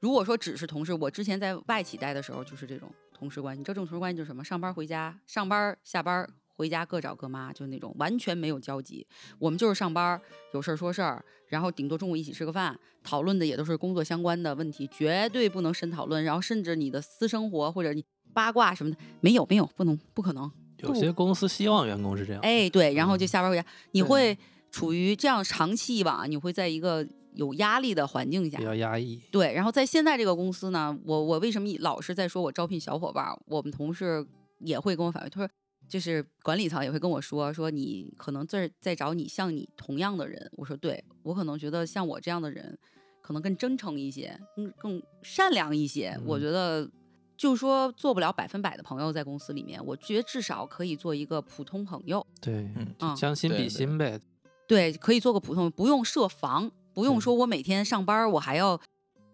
S5: 如果说只是同事，我之前在外企待的时候就是这种同事关系。你知道这种同事关系就是什么？上班回家，上班下班回家各找各妈，就那种完全没有交集。我们就是上班，有事儿说事儿，然后顶多中午一起吃个饭，讨论的也都是工作相关的问题，绝对不能深讨论。然后甚至你的私生活或者你八卦什么的，没有没有，不能不可能。
S4: 有些公司希望员工是这样。
S5: 哎，对，然后就
S4: 嗯
S5: 下班回家，你
S4: 对
S5: 会处于这样长期以往啊，你会在一个有压力的环境下
S4: 比，较压抑，
S5: 对，然后在现在这个公司呢，我我为什么老是在说我招聘小伙伴儿？我们同事也会跟我反馈，他说就是管理层也会跟我说，说你可能在在找你像你同样的人。我说对，我可能觉得像我这样的人，可能更真诚一些，更更善良一些。我
S4: 嗯
S5: 觉得。就说做不了百分百的朋友，在公司里面，我觉得至少可以做一个普通朋友，
S4: 对，
S3: 嗯
S5: 嗯
S4: 将心
S3: 对
S4: 比
S3: 对
S4: 心呗，
S5: 对，可以做个普通，不用设防，不用
S4: 对
S5: 说我每天上班儿我还要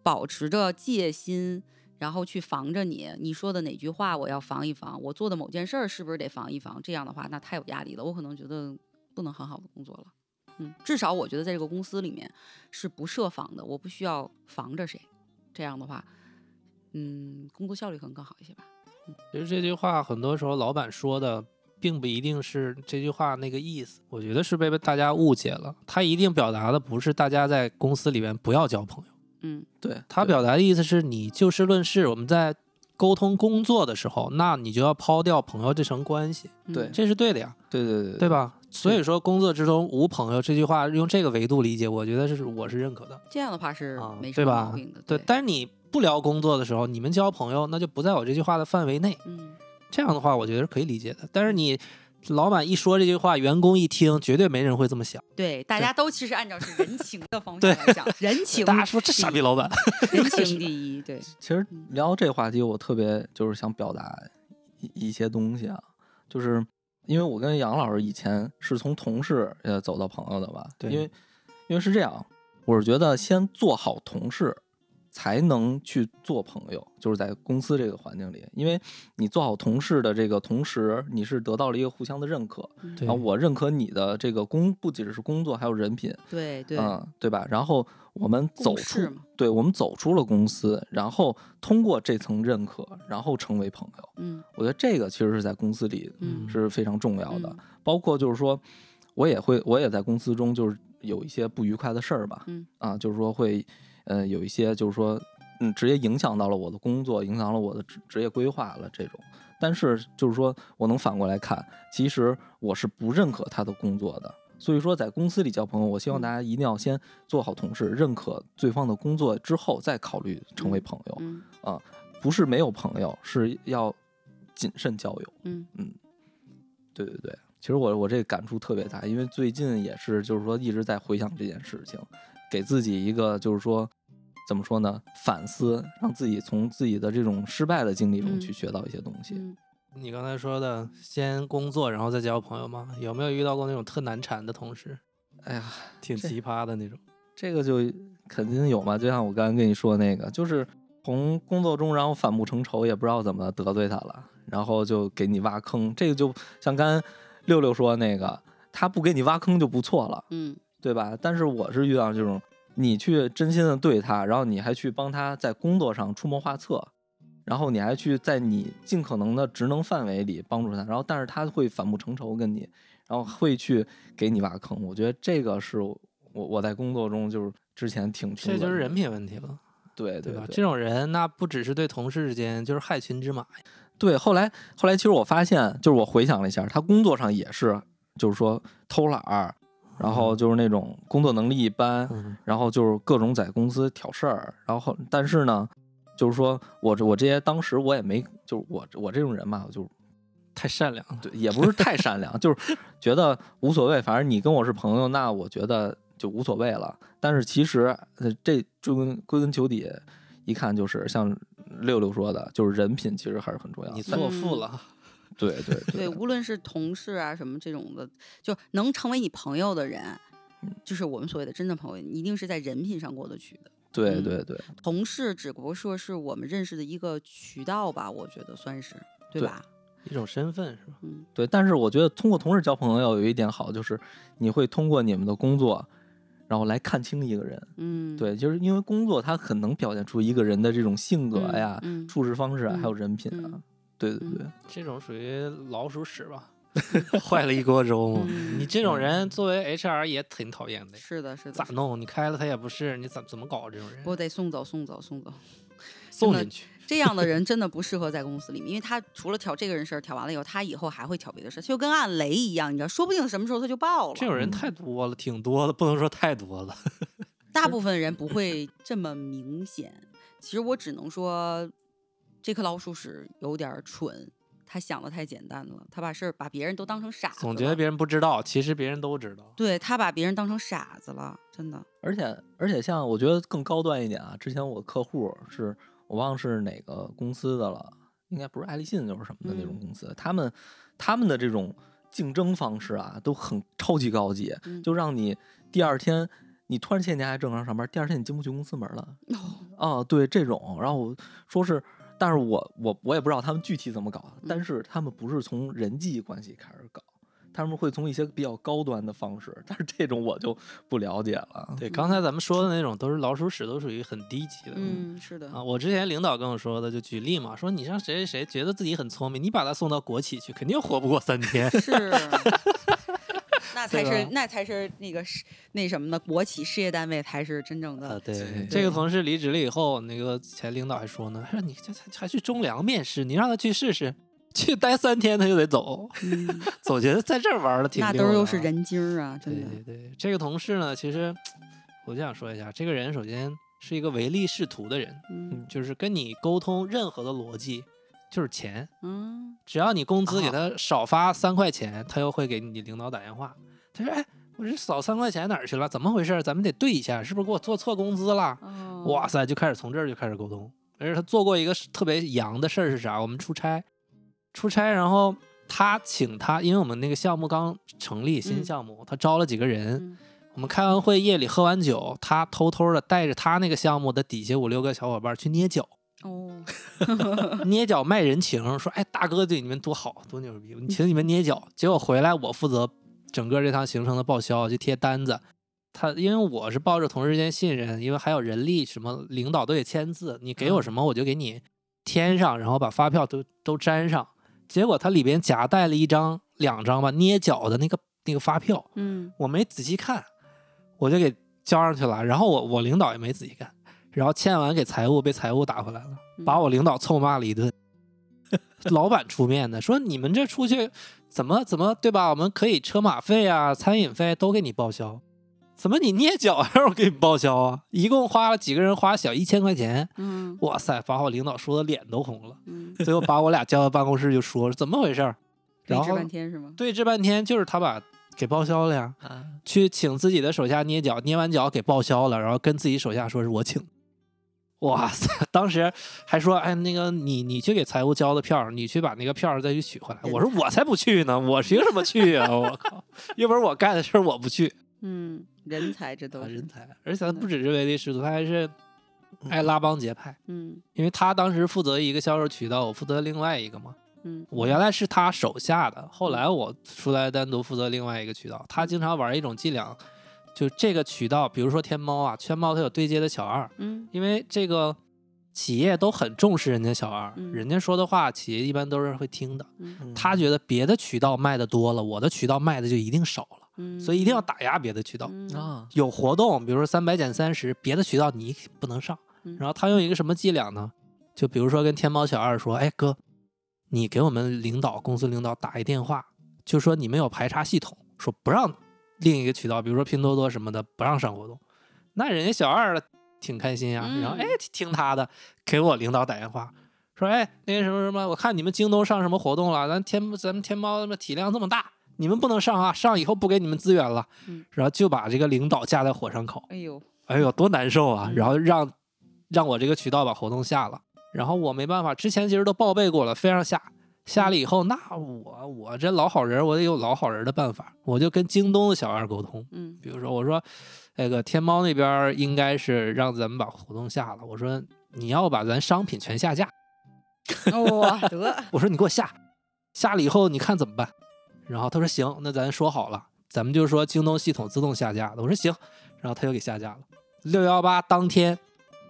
S5: 保持着戒心，然后去防着你，你说的哪句话我要防一防，我做的某件事儿是不是得防一防？这样的话，那太有压力了，我可能觉得不能很好的工作了。嗯，至少我觉得在这个公司里面是不设防的，我不需要防着谁。这样的话，嗯，工作效率可能更好一些吧。
S4: 其实这句话很多时候老板说的，并不一定是这句话那个意思，我觉得是被大家误解了。他一定表达的不是大家在公司里面不要交朋友，
S5: 嗯
S3: 对
S4: 他表达的意思是你就事论事，我们在沟通工作的时候，那你就要抛掉朋友这层关系，
S3: 对
S5: 嗯
S4: 这是对的呀，
S3: 对对对
S4: 对？吧？所以说工作之中无朋友这句话，用这个维度理解，我觉得是我是认可的。
S5: 这样的话是
S4: 啊
S5: 没
S4: 对
S5: 什么毛
S4: 吧
S5: 病的。
S4: 对，
S5: 对，
S4: 但是你不聊工作的时候，你们交朋友，那就不在我这句话的范围内。
S5: 嗯，
S4: 这样的话，我觉得是可以理解的。但是你老板一说这句话，员工一听，绝对没人会这么想。
S5: 对，大
S4: 对
S5: 家都其实按照是人情的方
S4: 对
S5: 向来讲，人情
S4: 大家说这傻逼老板，
S5: 人情第一，对，
S3: 其实
S4: 嗯
S3: 聊这个话题，我特别就是想表达一一些东西啊，就是因为我跟杨老师以前是从同事呃走到朋友的吧，
S4: 对
S3: 因为因为是这样，我是觉得先做好同事才能去做朋友，就是在公司这个环境里，因为你做好同事的这个同时，你是得到了一个互相的认可，
S4: 对
S3: 然后我认可你的这个工，不仅是工作，还有人品，
S5: 对对，
S3: 嗯，对吧？然后我们走
S5: 共事
S3: 出
S5: 嘛，
S3: 对我们走出了公司，然后通过这层认可，然后成为朋友。
S5: 嗯
S3: 我觉得这个其实是在公司里
S5: 嗯
S3: 是非常重要的，
S5: 嗯
S3: 包括就是说，我也会，我也在公司中就是有一些不愉快的事儿吧，
S5: 嗯
S3: 啊，就是说会，呃，有一些就是说，嗯，直接影响到了我的工作，影响了我的职职业规划了这种。但是就是说我能反过来看，其实我是不认可他的工作的。所以说，在公司里交朋友，我希望
S5: 嗯
S3: 大家一定要先做好同事，认可对方的工作之后，再考虑成为朋友。
S5: 嗯
S3: 不是没有朋友，是要谨慎交友。
S5: 嗯
S3: 对对对，其实我我这感触特别大，因为最近也是就是说一直在回想这件事情，给自己一个就是说怎么说呢，反思，让自己从自己的这种失败的经历中
S5: 嗯
S3: 去学到一些东西。
S5: 嗯，
S4: 你刚才说的，先工作然后再交朋友吗？有没有遇到过那种特难缠的同事，
S3: 哎呀，
S4: 挺
S3: 这
S4: 奇葩的那种？
S3: 这个就肯定有嘛，就像我刚才跟你说那个，就是从工作中然后反目成仇，也不知道怎么得罪他了，然后就给你挖坑。这个就像刚才六六说那个，他不给你挖坑就不错了。
S5: 嗯
S3: 对吧？但是我是遇到这种，你去真心的对他，然后你还去帮他在工作上出谋划策，然后你还去在你尽可能的职能范围里帮助他，然后但是他会反目成仇跟你，然后会去给你挖坑。我觉得这个是我我在工作中就是之前挺
S4: 这就是人
S3: 品，
S4: 品问题了，
S3: 对
S4: 对吧
S3: 对？
S4: 这种人，那不只是对同事之间，就是害群之马呀。
S3: 对，后来后来，其实我发现，就是我回想了一下，他工作上也是，就是说偷懒儿，然后就是那种工作能力一般，
S4: 嗯
S3: 然后就是各种在公司挑事儿，然后但是呢，就是说我这我这些当时我也没，就是我我这种人嘛，我就
S4: 太善良了，
S3: 对也不是太善良，就是觉得无所谓，反正你跟我是朋友，那我觉得就无所谓了。但是其实呃这追根归根究底，一看就是像六六说的，就是人品其实还是很重要的。
S4: 你错付
S5: 嗯
S4: 了。
S3: 对对
S5: 对，无论是同事啊什么这种的，就能成为你朋友的人，
S3: 嗯
S5: 就是我们所谓的真正朋友，你一定是在人品上过得去的。
S3: 对
S5: 嗯
S3: 对对
S5: 同事只不过说是我们认识的一个渠道吧，我觉得算是对
S3: 对
S5: 吧？
S4: 一种身份是吧？
S5: 嗯
S3: 对，但是我觉得通过同事交朋友有一点好，就是你会通过你们的工作，然后来看清一个人。
S5: 嗯，
S3: 对，就是因为工作它很能表现出一个人的这种性格哎
S5: 嗯，
S3: 呀、
S5: 嗯
S3: 处事方式啊，
S5: 嗯
S3: 还有人品啊
S5: 嗯。
S3: 对对
S5: 嗯
S3: 对，
S4: 这种属于老鼠屎吧， 坏了一锅粥嘛。
S5: 嗯
S4: 你这种人作为 HR 也挺讨厌的呀，
S5: 是的，是的，
S4: 咋弄？你开了他也不是，你怎怎么搞这种人？
S5: 我得送走，送走，送走。
S4: 送
S5: 真的
S4: 进去，
S5: 这样的人真的不适合在公司里面，因为他除了挑这个人事儿，挑完了以后，他以后还会挑别的事儿，就跟按雷一样，你知道，说不定什么时候他就爆了。
S4: 这种人太多了，挺多的，不能说嗯太多了。
S5: 大部分
S4: 嗯
S5: 人不会这么明显。其实我只能说，这颗老鼠屎有点儿蠢，他想的太简单了，他把事儿把别人都当成傻子了，
S4: 总觉得别人不知道，其实别人都知道。
S5: 对他把别人当成傻子了，真的。
S3: 而且而且像我觉得更高端一点啊，之前我客户是我忘了是哪个公司的了，应该不是爱立信就是什么的那种
S5: 嗯
S3: 公司，他们他们的这种竞争方式啊，都很超级高级，
S5: 嗯
S3: 就让你第二天你突然之间你还正常上班，第二天你进不去公司门了。
S5: 哦
S3: 啊，对这种，然后我说是，但是我我我也不知道他们具体怎么搞，但
S5: 嗯
S3: 是他们不是从人际关系开始搞，他们会从一些比较高端的方式，但是这种我就不了解了。
S4: 对，刚才咱们说的那种都是老鼠屎，都属于很低级的。
S5: 嗯，是的，
S4: 啊，我之前领导跟我说的，就举例嘛，说你让谁谁谁觉得自己很聪明，你把他送到国企去，肯定活不过三 天。
S5: 是， 那才
S4: 对
S5: 是
S4: 吧
S5: 那才是那个是那什么呢？国企事业单位才是真正
S4: 啊，
S5: 的。
S4: 对，这
S5: 对
S4: 个同事离职了以后，那个前领导还说呢，说你这才还去中粮面试，你让他去试试，去待三天他就得走，
S5: 嗯
S4: 总觉得在这儿玩的挺
S5: 那
S4: 溜
S5: 都
S4: 达
S5: 又是
S4: 啊。
S5: 人精儿啊，真
S4: 对
S5: 的。
S4: 对对，这个同事呢，其实我就想说一下，这个人首先是一个唯利是图的人，
S5: 嗯
S4: 就是跟你沟通任何的逻辑就是钱，
S5: 嗯
S4: 只要你工资给
S3: 啊
S4: 他少发三块钱，他又会给你领导打电话，他说哎。我这少三块钱哪儿去了？怎么回事儿？咱们得对一下，是不是给我做错工资了？
S5: 哦，
S4: 哇塞，就开始从这儿就开始沟通。而且他做过一个特别洋的事儿是啥？我们出差，出差，然后他请他，因为我们那个项目刚成立，新
S5: 嗯
S4: 项目，他招了几个人，
S5: 嗯
S4: 我们开完会夜里喝完酒，他偷偷的带着他那个项目的底下五六个小伙伴去捏脚，
S5: 哦，
S4: 捏脚卖人情，说哎大哥对你们多好多牛逼，请你们捏脚。结果回来我负责整个这趟行程的报销，去贴单子。他因为我是抱着同事间信任，因为还有人力什么领导都得签字，你给我什么我就给你添上，然后把发票都都粘上。结果它里边夹带了一张两张吧捏脚的那个那个发票，
S5: 嗯，
S4: 我没仔细看，我就给交上去了。然后我我领导也没仔细看，然后欠完给财务，被财务打回来了，
S5: 嗯
S4: 把我领导臭骂了一顿。 老板出面的，说你们这出去怎么怎么对吧？我们可以车马费啊、餐饮费都给你报销，怎么你捏脚还让我给你报销啊？一共花了几个人花小一千块钱，
S5: 嗯
S4: 哇塞，把我领导说的脸都红了。
S5: 嗯，
S4: 最后把我俩叫到办公室就说怎么回事儿， 然
S5: 对峙
S4: 后
S5: 半天是吗？
S4: 对峙半天，就是他把给报销了呀，
S3: 啊
S4: 去请自己的手下捏脚，捏完脚给报销了，然后跟自己手下说是我请。哇塞！ 当时还说，哎，那个你你去给财务交的票，你去把那个票再去取回来。我说我才不去呢，我凭什么去啊？我靠！又不是我干的事儿，我不去。
S5: 嗯，人才这都
S4: 啊，人
S5: 是，
S4: 才，嗯而且他不只是唯利是图，他还是爱拉帮结派。
S5: 嗯
S4: 因为他当时负责一个销售渠道，我负责另外一个嘛。
S5: 嗯，
S4: 我原来是他手下的，后来我出来单独负责另外一个渠道。他经常玩一种伎俩，就这个渠道，比如说天猫啊，天猫它有对接的小二，
S5: 嗯
S4: 因为这个企业都很重视人家小二，
S5: 嗯
S4: 人家说的话，企业一般都是会听的。
S5: 嗯
S4: 他觉得别的渠道卖的多了，我的渠道卖的就一定少了，
S5: 嗯，
S4: 所以一定要打压别的渠道。
S5: 嗯
S3: 啊，
S4: 有活动，比如说三百减三十，别的渠道你不能上
S5: 嗯。
S4: 然后他用一个什么伎俩呢？就比如说跟天猫小二说：“哎哥，你给我们领导、公司领导打一电话，就说你们有排查系统，说不让另一个渠道，比如说拼多多什么的不让上活动。”那人家小二挺开心呀、然后
S5: 嗯
S4: 哎听他的，给我领导打电话说：“哎那个什么什么，我看你们京东上什么活动了，咱天咱们天猫他妈体量这么大，你们不能上啊，上以后不给你们资源了。”然后就把这个领导架在火上烤，
S5: 哎呦，
S4: 哎呦，多难受啊！
S5: 嗯
S4: 然后让让我这个渠道把活动下了，然后我没办法，之前其实都报备过了，非让下，下了以后，那我我这老好人，我得有老好人的办法，我就跟京东的小二沟通，
S5: 嗯
S4: 比如说我说那个天猫那边儿应该是让咱们把活动下了，我说你要把咱商品全下架，
S5: 哇得，
S4: 我说你给我下，下了以后你看怎么办？然后他说行，那咱说好了，咱们就说京东系统自动下架的。我说行，然后他就给下架了。六幺八当天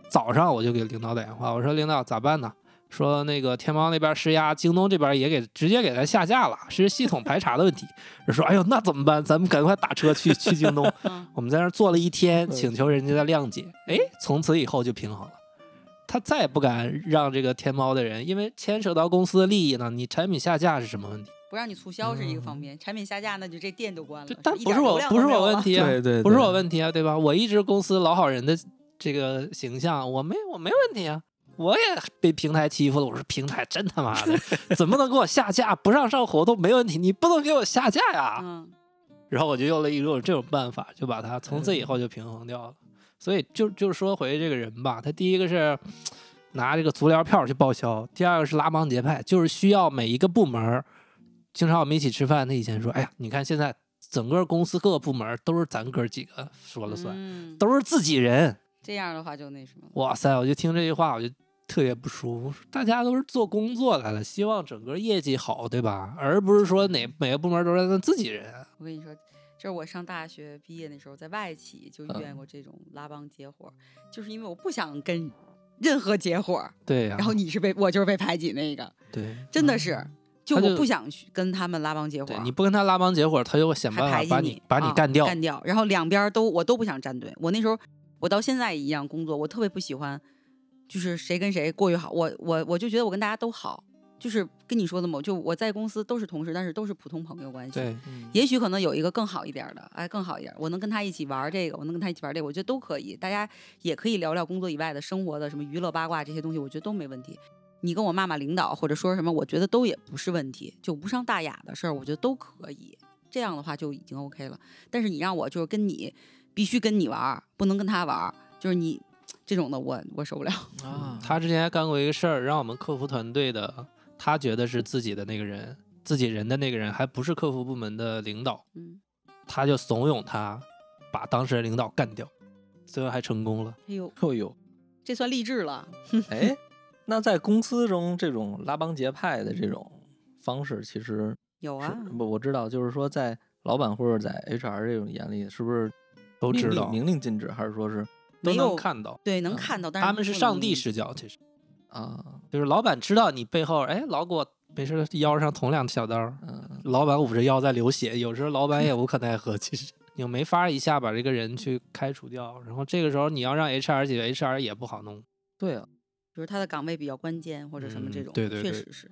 S4: 早上我就给领导打电话，我说领导咋办呢？说那个天猫那边施压，京东这边也给直接给咱下架了，是系统排查的问题。 我说哎呦那怎么办？咱们赶快打车去去京东。
S5: 嗯
S4: 我们在那儿坐了一天，
S3: 嗯
S4: 请求人家的谅解。哎，从此以后就平衡了。他再也不敢让这个天猫的人，因为牵扯到公司的利益呢。你产品下架是什么问题？
S5: 不让你促销是一个方面，产品下架那就这店都关
S4: 这嗯
S5: 了，
S4: 但
S5: 呃一
S4: 不
S5: 点
S4: 是我
S5: 流，量
S4: 不
S5: 都
S4: 是
S5: 没有
S4: 我问
S5: 了，
S4: 题啊，
S3: 对对
S4: 不是
S3: 对
S4: 我问题啊，对吧？我一直公司老好人的这个形象，我没我没问题啊。我也被平台欺负了，我说平台真他妈的， 怎么能给我下架？不让上活动没问题，你不能给我下架呀！
S5: 嗯
S4: 然后我就用了一种这种办法，就把它从
S5: 嗯
S4: 此以后就平衡掉了。所以就就说回这个人吧，他第一个是拿这个足疗票去报销，第二个是拉帮结派，就是需要每一个部门儿。经常我们一起吃饭，他以前说：“哎呀，你看现在整个公司各个部门儿都是咱哥几个说了算，
S5: 嗯，
S4: 都是自己人。”
S5: 这样的话就那什么，
S4: 哇塞！我就听这句话，我就特别不舒服。大家都是做工作来了，希望整个业绩好，对吧？而不是说哪
S5: 嗯
S4: 每个部门都是咱自己人。啊
S5: 我跟你说，这是我上大学毕业那时候在外企就遇
S4: 嗯
S5: 见过这种拉帮结伙儿，就是因为我不想跟任何结伙儿，
S4: 对呀、
S5: 然后你是被我就是被排挤那个，
S4: 对，
S5: 真的是，
S4: 嗯
S5: 就
S4: 他
S5: 我
S4: 就
S5: 不想去跟他们拉帮结伙
S4: 对
S5: 儿。
S4: 你不跟他拉帮结伙，他就会想
S5: 还
S4: 办
S5: 排
S4: 法
S5: 挤
S4: 把
S5: 你，
S4: 把你
S5: 啊
S4: 干掉。
S5: 干掉。然后两边儿都我都不想站队。我那时候我到现在一样工作，我特别不喜欢，就是谁跟谁过于好。我我我就觉得我跟大家都好，就是跟你说的嘛，就我在公司都是同事，但是都是普通朋友关系。
S4: 对，
S5: 也许可能有一个更好一点儿的，哎，更好一点儿，我能跟他一起玩儿这个，我能跟他一起玩儿这个，我觉得都可以。大家也可以聊聊工作以外的生活的什么娱乐八卦这些东西，我觉得都没问题。你跟我骂骂领导或者说什么，我觉得都也不是问题，就无伤大雅的事儿，我觉得都可以。这样的话就已经 OK 了。但是你让我就是跟你必须跟你玩儿，不能跟他玩儿，就是你这种的我我受不了。
S3: 啊，
S4: 他之前还干过一个事儿，让我们客服团队的他觉得是自己的那个人，自己人的那个人还不是客服部门的领导，
S5: 嗯
S4: 他就怂恿他把当时的领导干掉，最后还成功了。
S5: 哎呦，
S3: 哎呦，
S5: 这算励志了。
S3: 哎，那在公司中这种拉帮结派的这种方式，其实
S5: 有
S3: 是
S5: 啊，
S4: 嗯
S5: 嗯
S3: 不我知道，就是说在老板或者在 HR 这种眼里，是不是
S4: 都
S3: 明
S4: 知
S3: 令
S4: 道，
S3: 明令禁止，还是说是
S4: 都
S5: 没
S4: 能
S5: 有
S4: 看到，
S5: 对，能
S3: 嗯
S5: 看到，但是
S4: 他们是
S5: 不能
S4: 上帝
S5: 明
S4: 视角，其实
S3: 啊
S4: 就是老板知道你背后，哎，老给我没事儿腰上捅两小刀，
S3: 嗯
S4: 老板捂着腰在流 血，有时候老板也无可奈何。其实 你没法一下把这个人去开除掉，然后这个时候你要让 HR 解决，HR 也不好弄。
S3: 对啊
S5: 比如他的岗位比较关键或者什么这
S4: 嗯
S5: 种，
S4: 对对
S5: 确
S4: 对
S5: 实是。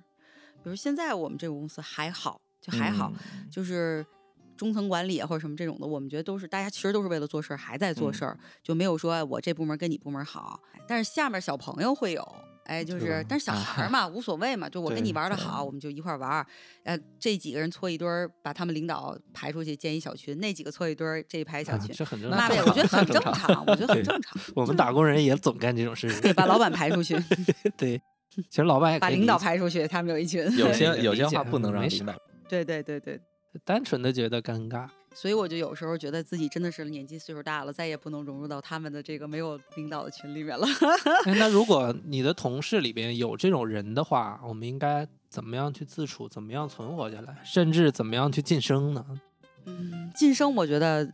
S5: 比如现在我们这个公司还好，就还好，
S3: 嗯
S5: 就是 中层管理啊或者什么这种的，我们觉得都是大家其实都是为了做事儿，还在做
S3: 嗯
S5: 事儿，就没有说哎我这部门跟你部门好。但是下面小朋友会有，哎，就
S4: 对
S5: 是
S4: 吧
S5: 但是小孩 儿嘛、无所谓嘛，就我跟
S4: 对
S5: 你玩的
S3: 对
S5: 好，我们就一块儿玩儿。呃，这几个人搓一堆儿，把他们领导排出去建一小群，那几个搓一堆儿，这一排一小群。
S4: 啊这很正
S5: 妈
S4: 常。
S5: 呗，我觉得很
S3: 那
S5: 正
S3: 正
S5: 常，我觉得很
S4: 对
S5: 正常。
S4: 我们打工人也总干这种事情。
S5: 对，把老板排出去，
S4: 对，其实老板也
S5: 把
S4: 可以
S5: 领导
S4: 理解
S5: 排出去，他们有一群。
S3: 有
S4: 理
S3: 些
S4: 解
S3: 有些
S4: 理解
S3: 话
S5: 嗯
S3: 不能让
S4: 没
S3: 领导
S5: 对对对对，
S4: 单纯的觉得尴尬。
S5: 所以我就有时候觉得自己真的是年纪岁数大了，再也不能融入到他们的这个没有领导的群里面了。
S4: 哎，那如果你的同事里边有这种人的话，我们应该怎么样去自处？怎么样存活下来？ 甚至怎么样去晋升呢？
S5: 嗯，晋升我觉得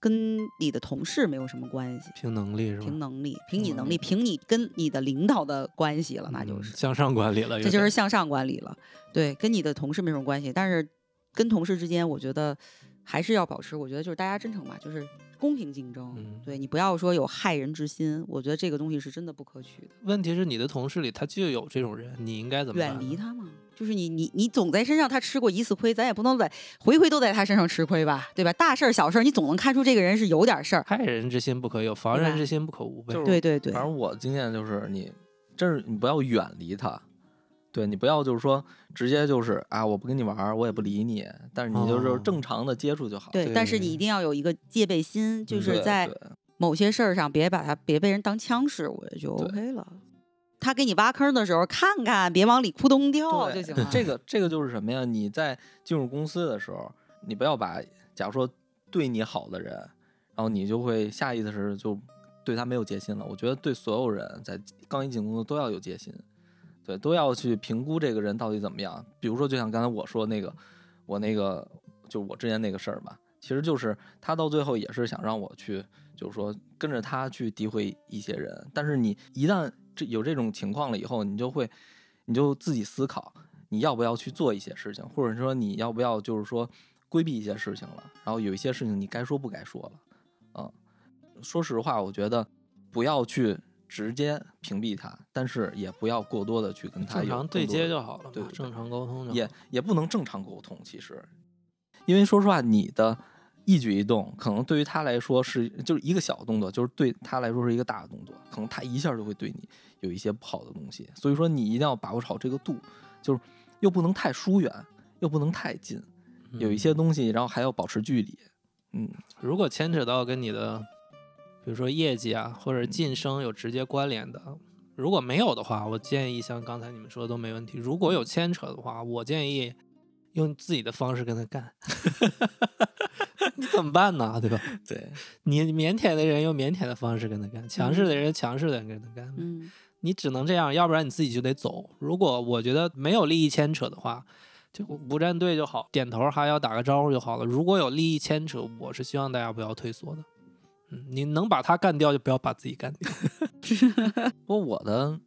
S5: 跟你的同事没有什么关系，
S4: 凭能力是吧？
S5: 凭能力，凭你能力，凭你跟你的领导的关系了，那就
S4: 嗯
S5: 是，
S4: 向上管理了有点，
S5: 这就是向上管理了。对，跟你的同事没什么关系，但是跟同事之间，我觉得还是要保持，我觉得就是大家真诚吧，就是公平竞争。
S4: 嗯
S5: 对你不要说有害人之心，我觉得这个东西是真的不可取的。
S4: 问题是你的同事里他就有这种人，你应该怎么办
S5: 远
S4: 呢？
S5: 离他嘛。就是你你你总在身上他吃过一次亏，咱也不能在回回都在他身上吃亏吧，对吧？大事儿小事儿，你总能看出这个人是有点事儿。
S4: 害人之心不可有，防
S5: 对
S4: 人
S5: 吧
S4: 之心不可无呗。
S3: 就是
S5: 对对对
S3: 反，正我经验就是你，真是你不要远离他，对你不要就是说直接就是啊，我不跟你玩儿，我也不理你，但是你就是
S4: 哦
S3: 正常的接触就好。
S5: 对。但是你一定要有一个戒备心，就
S4: 嗯
S5: 是
S3: 对
S5: 在
S3: 对
S5: 某些事儿上别把他别被人当枪使，我觉得就
S3: 对
S5: OK 了。他给你挖坑的时候，看看别往里咕咚掉
S3: 对
S5: 就行了。
S3: 这个这个就是什么呀？你在进入公司的时候，你不要把假如说对你好的人，然后你就会下意识就对他没有戒心了。我觉得对所有人在刚一进公司都要有戒心，对，都要去评估这个人到底怎么样。比如说，就像刚才我说那个，我那个就我之前那个事儿吧，其实就是他到最后也是想让我去，就是说跟着他去诋毁一些人。但是你一旦这有这种情况了以后，你就会，你就自己思考，你要不要去做一些事情，或者说你要不要就是说规避一些事情了，然后有一些事情你该说不该说了，嗯，说实话，我觉得不要去直接屏蔽他，但是也不要过多的去跟他
S4: 正
S3: 有
S4: 常
S3: 更
S4: 对
S3: 多的
S4: 接就好了嘛，
S3: 对对对
S4: 正常沟通就好
S3: 也也不能正常沟通，其实，因为说实话，你的一举一动可能对于他来说是就是一个小动作，就是对他来说是一个大的动作，可能他一下就会对你有一些不好的东西，所以说你一定要把握好这个度，就是又不能太疏远，又不能太近，有一些
S4: 嗯
S3: 东西，然后还要保持距离，嗯，
S4: 如果牵扯到跟你的，比如说业绩啊或者晋升有直接关联的，如果没有的话，我建议像刚才你们说的都没问题。如果有牵扯的话，我建议用自己的方式跟他干。 你怎么办呢？对吧？
S3: 对，
S4: 你腼腆的人用腼腆的方式跟他干，强势的人强势的人跟他干。
S5: 嗯，
S4: 你只能这样，要不然你自己就得走。如果我觉得没有利益牵扯的话，就不站队就好，点头哈腰打个招呼就好了。如果有利益牵扯，我是希望大家不要退缩的。嗯，你能把他干掉，就不要把自己干掉。
S3: 不过我的，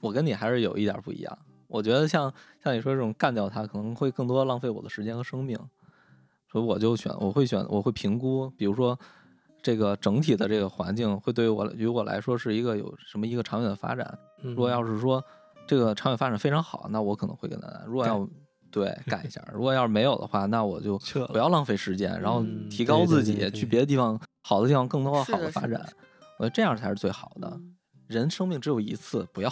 S3: 我跟你还是有一点不一样。我觉得像像你说这种干掉他，可能会更多浪费我的时间和生命，所以我就选我会选我会评估，比如说这个整体的这个环境会对于我于我来说是一个有什么一个长远的发展。
S4: 嗯
S3: 如果要是说这个长远发展非常好，那我可能会跟他干；如果
S4: 干
S3: 要对干一下，如果要是没有的话，那 我就
S4: 撤
S3: 不要浪费时间，然后
S4: 嗯
S3: 提高
S4: 对对
S3: 自己，
S4: 对对
S3: 去别的地方好的地方更多
S5: 是
S3: 好
S5: 的
S3: 的发
S5: 是的
S3: 展。我觉得这样才是最好的。
S5: 嗯
S3: 人生命只有一次，不要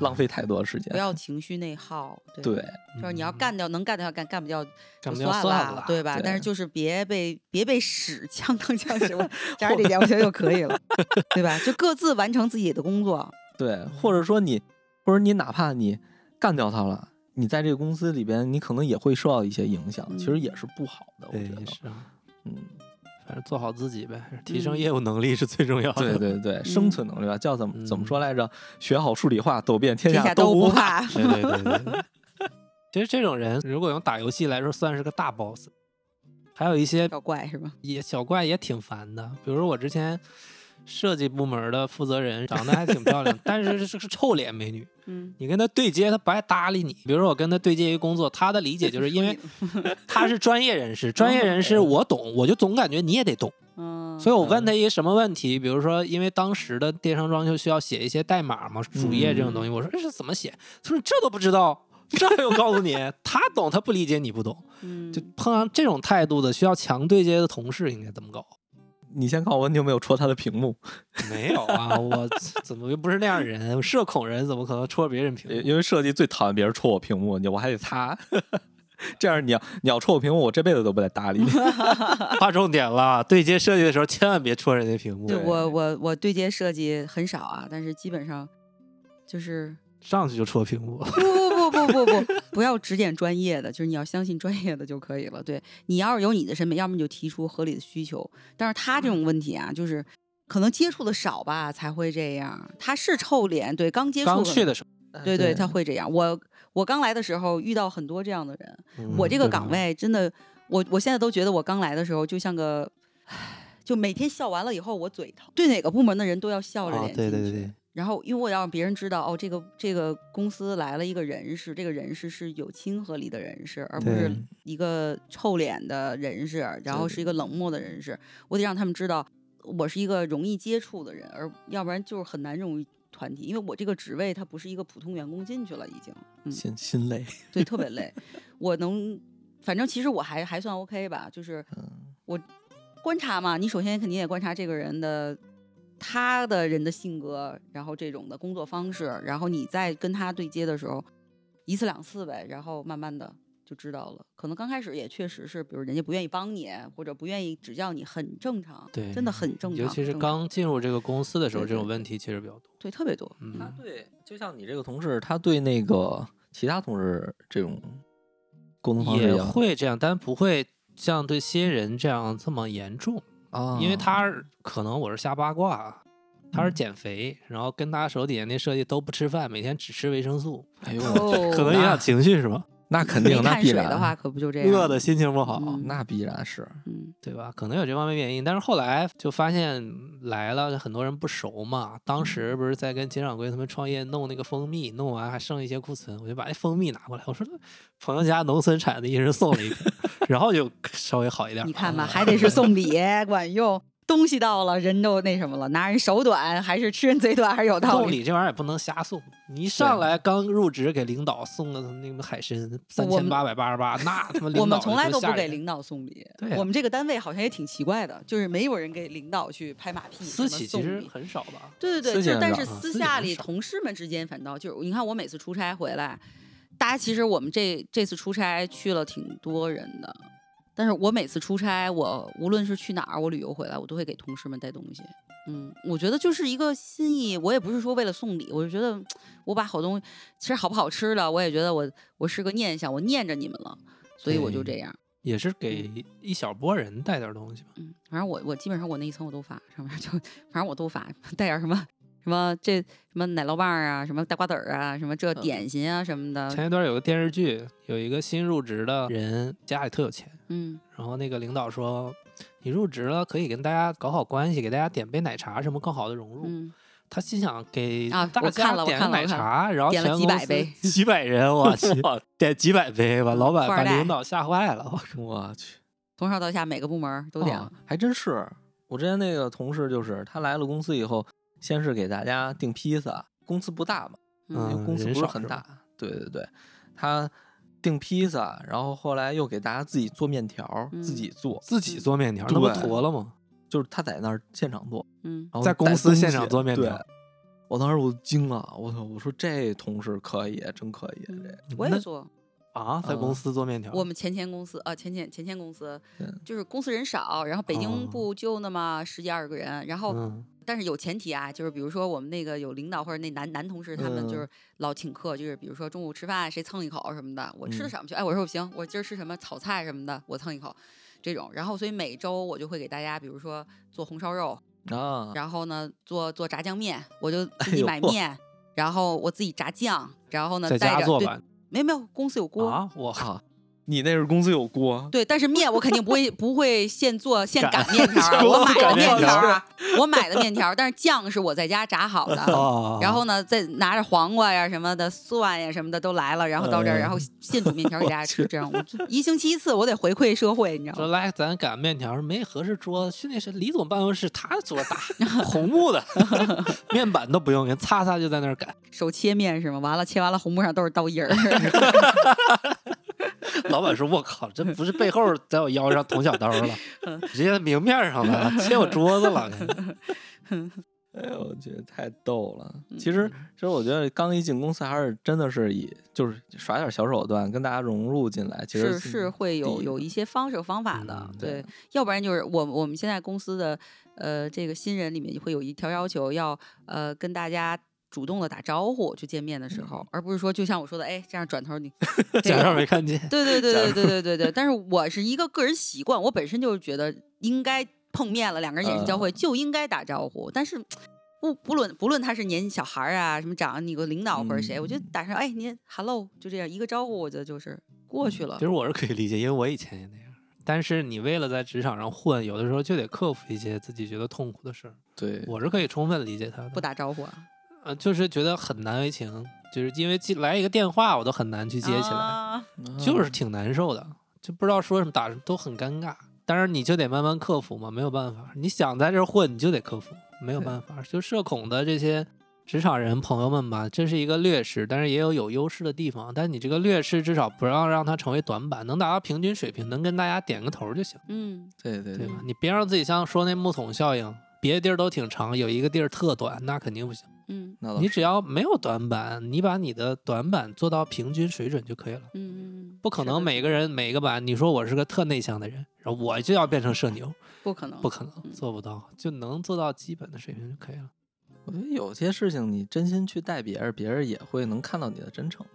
S3: 浪费太多时间。
S5: 不要情绪内耗。对
S3: 对，
S5: 就是你要
S4: 嗯
S5: 干掉能干掉干，干不掉
S4: 干
S5: 就
S4: 不掉
S5: 算
S4: 算了
S5: 对吧？但是
S3: 对
S5: 就是别被别被屎呛当呛 屎，我加上这点我觉得就可以了， 对吧？就各自完成自己的工作，
S3: 对，或者说你，或者你哪怕你干掉他了，你在这个公司里边，你可能也会受到一些影响，其实
S5: 嗯
S3: 也是不好的。我
S4: 对
S3: 觉得，
S4: 是啊，
S3: 嗯，
S4: 反反正做好自己呗，提升业务能力是最重要的。
S3: 对对对，生存能力吧，叫怎么怎么说来着？学好数理化，走遍天
S5: 嗯天
S3: 下
S5: 下都
S3: 不
S5: 不。怕。
S4: 对对对对对。 其实这种人，如果用打游戏来说，算是个大 boss。还有一些
S5: 搞怪是吧？
S4: 也小怪也挺烦的，比如说我之前设计部门的负责人，长得还挺漂 亮，但是是是臭脸美女。
S5: 嗯，
S4: 你跟她对接，她不爱搭理你。比如说我跟她对接一个工作，她的理解就是因为她是专业人士，专业人士我懂，我就总感觉你也得懂。
S5: 嗯，
S4: 所以我问他一个什么问题，比如说，因为当时的电商装修需要写一些代码嘛，主页这种
S5: 嗯
S4: 东西，我说这是怎么写？他说你这都不知道，这还用告诉你？他懂，他不理解，你不懂。
S5: 以
S4: 就碰上这种态度的，需要强对接的同事应该怎么搞？
S3: 你先告诉我，你有没有戳他的屏幕？
S4: 没有啊，我怎么又不是那样人？我社恐人怎么可能戳别人屏
S5: 嗯
S4: 幕？
S3: 因为设计最讨厌别人戳我屏幕，你我还得擦。 这样你要你要戳我屏幕，我这辈子都不带搭理你。
S4: 划重点了，对接设计的时候千万别戳人家屏幕
S5: 对，
S3: 对
S5: 我我我对接设计很少啊，但是基本上就是
S4: 上去就戳屏幕。
S5: 不不不不不不，不要只点专业的，就是你要相信专业的就可以了。对你要是有你的审美，要么你就提出合理的需求。但是他这种问题啊，就是可能接触的少吧，才会这样。他是臭脸，对，刚接触
S4: 刚
S5: 可
S4: 去
S5: 能，
S4: 的时
S5: 对对，他会这样。我我刚来的时候遇到很多这样的人，
S4: 候，
S5: 我这个
S4: 对吧
S5: 岗位真的，我我现在都觉得我刚来的时候就像个，唉就每天笑完了以后我嘴疼，对哪个部门的人都要笑着
S4: 啊，
S5: 脸进去。
S4: 对对对对，
S5: 然后，因为我要让别人知道，哦，这个这个公司来了一个人士，这个人士是有亲和力的人士，而不是
S4: 对
S5: 一个臭脸的人士，然后是一个冷漠的人士。我得让他们知道，我是一个容易接触的人，而要不然就是很难融入团体。因为我这个职位，它不是一个普通员工进去了，已经，嗯，
S3: 心心累。
S5: 对，特别累。我能，反正其实我还还算 OK 吧，就是
S3: 嗯
S5: 我观察嘛，你首先肯定也观察这个人的他的人的性格，然后这种的工作方式，然后你在跟他对接的时候，一次两次呗，然后慢慢的。就知道了，可能刚开始也确实是，比如人家不愿意帮你，或者不愿意指教你，很正常，
S4: 对
S5: 真的很正常，
S4: 尤其是
S5: 正常
S4: 刚进入这个公司的时候，
S5: 对
S4: 这种
S5: 对
S4: 问题其实比较多。
S5: 对特别多，
S3: 他
S4: 嗯，
S3: 啊对，就像你这个同事，他对那个其他同事这种沟
S5: 嗯
S3: 通方式一
S4: 嗯也
S3: 样
S4: 会这样，但不会像对新人这样这么严重，
S5: 嗯
S3: 啊，
S4: 因为他可能我是瞎八卦啊，他是减肥，然后跟他手底下那设计都不吃饭，每天只吃维生素，
S3: 哎呦，
S5: 哦
S4: 可能影响情绪是吧？
S3: 那肯
S5: 没
S3: 定，那
S5: 碳
S3: 必
S5: 水
S3: 然
S5: 的话，可不就这样？
S4: 饿的，心情不好，
S5: 啊嗯
S3: 那必然是
S5: 嗯，
S4: 对吧？可能有这方面原因，但是后来就发现来了很多人不熟嘛。当时不是在跟金掌柜他们创业弄那个蜂蜜，弄完还剩一些库存，我就把那蜂蜜拿过来， 我说朋友家农村产的，一人送 了一瓶，然后就稍微好一点了。
S5: 你看吧，还得是送礼管用，东西到了，人都那什么了，拿人手短还是吃人嘴短还是有道
S4: 送
S5: 理。
S4: 礼这玩意儿也不能瞎送，你一上来刚入职给领导送了那个海参三
S5: 我
S4: 千
S5: 们
S4: 八百八十八，那他妈领导
S5: 我们从来
S4: 就
S5: 都
S4: 吓
S5: 不给
S4: 人
S5: 领导送礼
S4: 对，啊呀
S5: 我们这个单位好像也挺奇怪的，就是没有人给领导去拍马屁，
S4: 私
S5: 什么
S4: 企其
S5: 送
S4: 实
S5: 礼。嗯
S4: 很少吧？
S5: 对对
S3: 私
S5: 对，
S3: 下
S5: 就但
S3: 很
S5: 是
S4: 少啊
S5: 私
S4: 私下
S5: 下
S4: 很
S5: 里
S4: 少
S5: 同事们之间反倒就是，你看我每次出差回来，大家其实我们这这次出差去了挺多人的，但是我每次出差，我无论是去哪儿，我旅游回来，我都会给同事们带东西。嗯，我觉得就是一个心意，我也不是说为了送礼，我就觉得我把好东西，其实好不好吃的，我也觉得我我是个念想，我念着你们了，所以我就
S4: 对
S5: 这样。
S4: 也是给一小波人带点东西吧。
S5: 嗯，反正我我基本上我那一层我都发，上面就反正我都发， 带点儿什么什么这什么奶酪棒儿啊，什么大瓜子儿啊，什么这点心啊什么的，
S4: 前一段有个电视剧，有一个新入职的人家里特有钱，
S5: 嗯
S4: 然后那个领导说：“你入职了，可以跟大家搞好关系，给大家点杯奶茶，什么更好的融入。
S5: 嗯，
S4: 他心想给
S5: 啊
S4: 大
S5: 我看
S4: 家
S5: 了我
S4: 点个
S5: 看了
S4: 奶
S5: 我看了
S4: 茶，然后
S5: 点了
S4: 全
S5: 几
S4: 公
S5: 百
S4: 司
S5: 杯
S4: 几百人，我 去，点几百杯吧，老板
S5: 富
S4: 把
S5: 二代
S4: 领导吓坏 了。我靠
S3: 我去，
S5: 从上到下每个部门儿都点了
S3: 啊，还真是。我之前那个同事就是，他来了公司以后，先是给大家订披萨，公司不大嘛，因
S5: 嗯
S3: 为公司
S4: 人
S3: 不是
S4: 少
S3: 很
S4: 是吧
S3: 大，对对对，他订披萨，然后后来又给大家自己做面条，自
S5: 嗯
S3: 己做，
S4: 自己做面条，那不
S3: 对
S4: 坨了吗？
S3: 就是他在那儿现场做，
S5: 嗯
S3: 然后
S4: 在公
S3: 带
S4: 司
S3: 东
S4: 现
S3: 西
S4: 场做面
S3: 对
S4: 条
S3: 我当时我惊了，我操！我说这同事可以，真可以，这
S5: 嗯，我也
S4: 那
S5: 做，
S4: 啊，在公
S3: 嗯
S4: 司做面条，
S5: 我们前前公司啊，前前前前公司
S3: 对
S5: 就是公司人少，然后北
S4: 哦
S5: 京部就那么十几二十个人，然后
S4: 嗯，
S5: 但是有前提啊，就是比如说我们那个有领导或者那男男同事，他们就
S3: 嗯
S5: 是老请客，就是比如说中午吃饭谁蹭一口什么的，我吃
S3: 嗯
S5: 的少不去，哎，我说不行，我今儿吃什么炒菜什么的，我蹭一口，这种。然后所以每周我就会给大家，比如说做红烧肉，
S3: 啊，
S5: 然后呢做做炸酱面，我就自
S3: 哎
S5: 己
S3: 呦
S5: 买面，然后我自己炸酱，然后呢
S4: 在
S5: 带
S4: 家
S5: 着
S4: 做
S5: 对
S4: 吧。
S5: 没有没有公司有锅。
S4: 啊， 我靠，
S3: 啊，你那是公司有锅，
S5: 对，但是面我肯定不会不会现 做现擀面条儿啊，
S4: 公
S5: 我
S4: 司
S5: 买
S4: 擀
S5: 的面
S4: 面
S5: 条
S4: 条
S5: 儿啊，我买的面条儿，但是酱是我在家炸好 的，
S4: 哦
S5: 然后呢，再拿着黄瓜呀什么的、蒜呀什么的都来了，然后到这儿，
S3: 哎
S4: 嗯
S5: 然后现煮面条给大家
S3: 我
S5: 吃，这样我 就一星期一次，我得回馈社会，你知道
S4: 说
S5: 吗？
S4: 来咱擀面条儿没合适桌，去那是李总办公室，他桌 大，红木的面板都不用，给擦擦就在那儿擀。
S5: 手切面是吗？完了，切完了红木上都是刀印儿，
S4: 老板说：“我靠，这不是背后在我腰上捅小刀 了，
S5: 嗯
S4: 直接明面上了，切我桌子了。
S3: 哎呦，我觉得太逗了。
S5: 嗯
S3: 其实，其实我觉得刚一进公司还是真的是以就是耍点小手段跟大家融入进来，其实嗯
S5: 是是会有有一些方式方法的，
S4: 嗯
S5: 对
S3: 对，
S5: 要不然就是我我们现在公司的呃这个新人里面会有一条要求，要呃跟大家。主动的打招呼，就见面的时候，而不是说就像我说的，哎，这样转头你，”这
S4: 假
S5: 个
S4: 装没看见，
S5: 对对对
S4: 假
S5: 对对对对对，但是我是一个个人习惯，我本身就是觉得应该碰面了，两个人眼
S4: 嗯
S5: 神交汇就应该打招呼，但是。不不论不论他是年小孩儿啊，什么长你个领导或者谁，我
S4: 嗯
S5: 觉得打上哎您 hello 就这样一个招呼，我觉得就是过去了
S4: 其。实我是可以理解，因为我以前也那样。但是你为了在职场上混，有的时候就得克服一些自己觉得痛苦的事儿。
S3: 对啊
S4: 我是可以充分理解他的，
S5: 不打招呼啊，
S4: 呃，就是觉得很难为情，就是因为进来一个电话我都很难去接起来。
S5: 啊
S3: 嗯
S4: 就是挺难受的，就不知道说什么，打什么都很尴尬。当然你就得慢慢克服嘛，没有办法。你想在这儿混，你就得克服，没有办法。就社恐的这些职场人朋友们吧，这是一个劣势，但是也有有优势的地方。但你这个劣势至少不要让它成为短板，能达到平均水平，能跟大家点个头儿就行，
S5: 嗯，
S3: 对对
S4: 对
S3: 对
S4: 吧？你别让自己像说那木桶效应，别的地儿都挺长，有一个地儿特短，那肯定不行。
S5: 嗯
S3: 那倒
S4: 你
S3: 是
S4: 只要没有短板，你把你的短板做到平均水准就可以了。
S5: 嗯嗯，
S4: 不可
S5: 是的
S4: 能每个人每个版，你说我是个特内向的人，然后我就要变成社牛，
S5: 不可能
S4: 不可能，
S5: 嗯
S4: 做不到，就能做到基本的水平就可以了。
S3: 我觉得有些事情你真心去带别人，别人也会能看到你的真诚，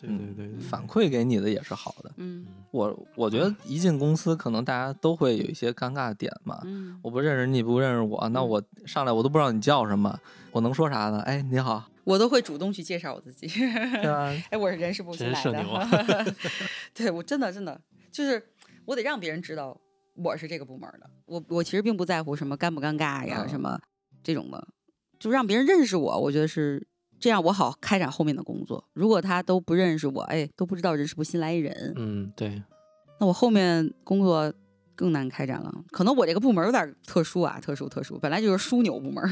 S4: 对
S3: 对对
S4: 对
S3: 嗯反馈给你的也是好的。
S5: 嗯
S3: 我我觉得一进公司，可能大家都会有一些尴尬的点嘛。
S5: 嗯
S3: 我不认识你，不认识我，那
S5: 嗯
S3: 我上来我都不知道你叫什么，我能说啥呢？哎，你好，
S5: 我都会主动去介绍我自己。
S3: 对吧？
S5: 哎，我是人事部新
S4: 真
S5: 来
S4: 社
S5: 的，
S4: 牛啊
S5: 对我真的真的就是我得让别人知道我是这个部门儿的。我我其实并不在乎什么尴不尴尬呀，
S3: 嗯
S5: 什么这种的，就让别人认识我，我觉得是这样我好开展后面的工作。如果他都不认识我，哎，都不知道人事部新来一人，
S4: 嗯，对，
S5: 那我后面工作。更难开展了，可能我这个部门儿有点儿特殊啊，特殊特殊，本来就是枢纽部门儿，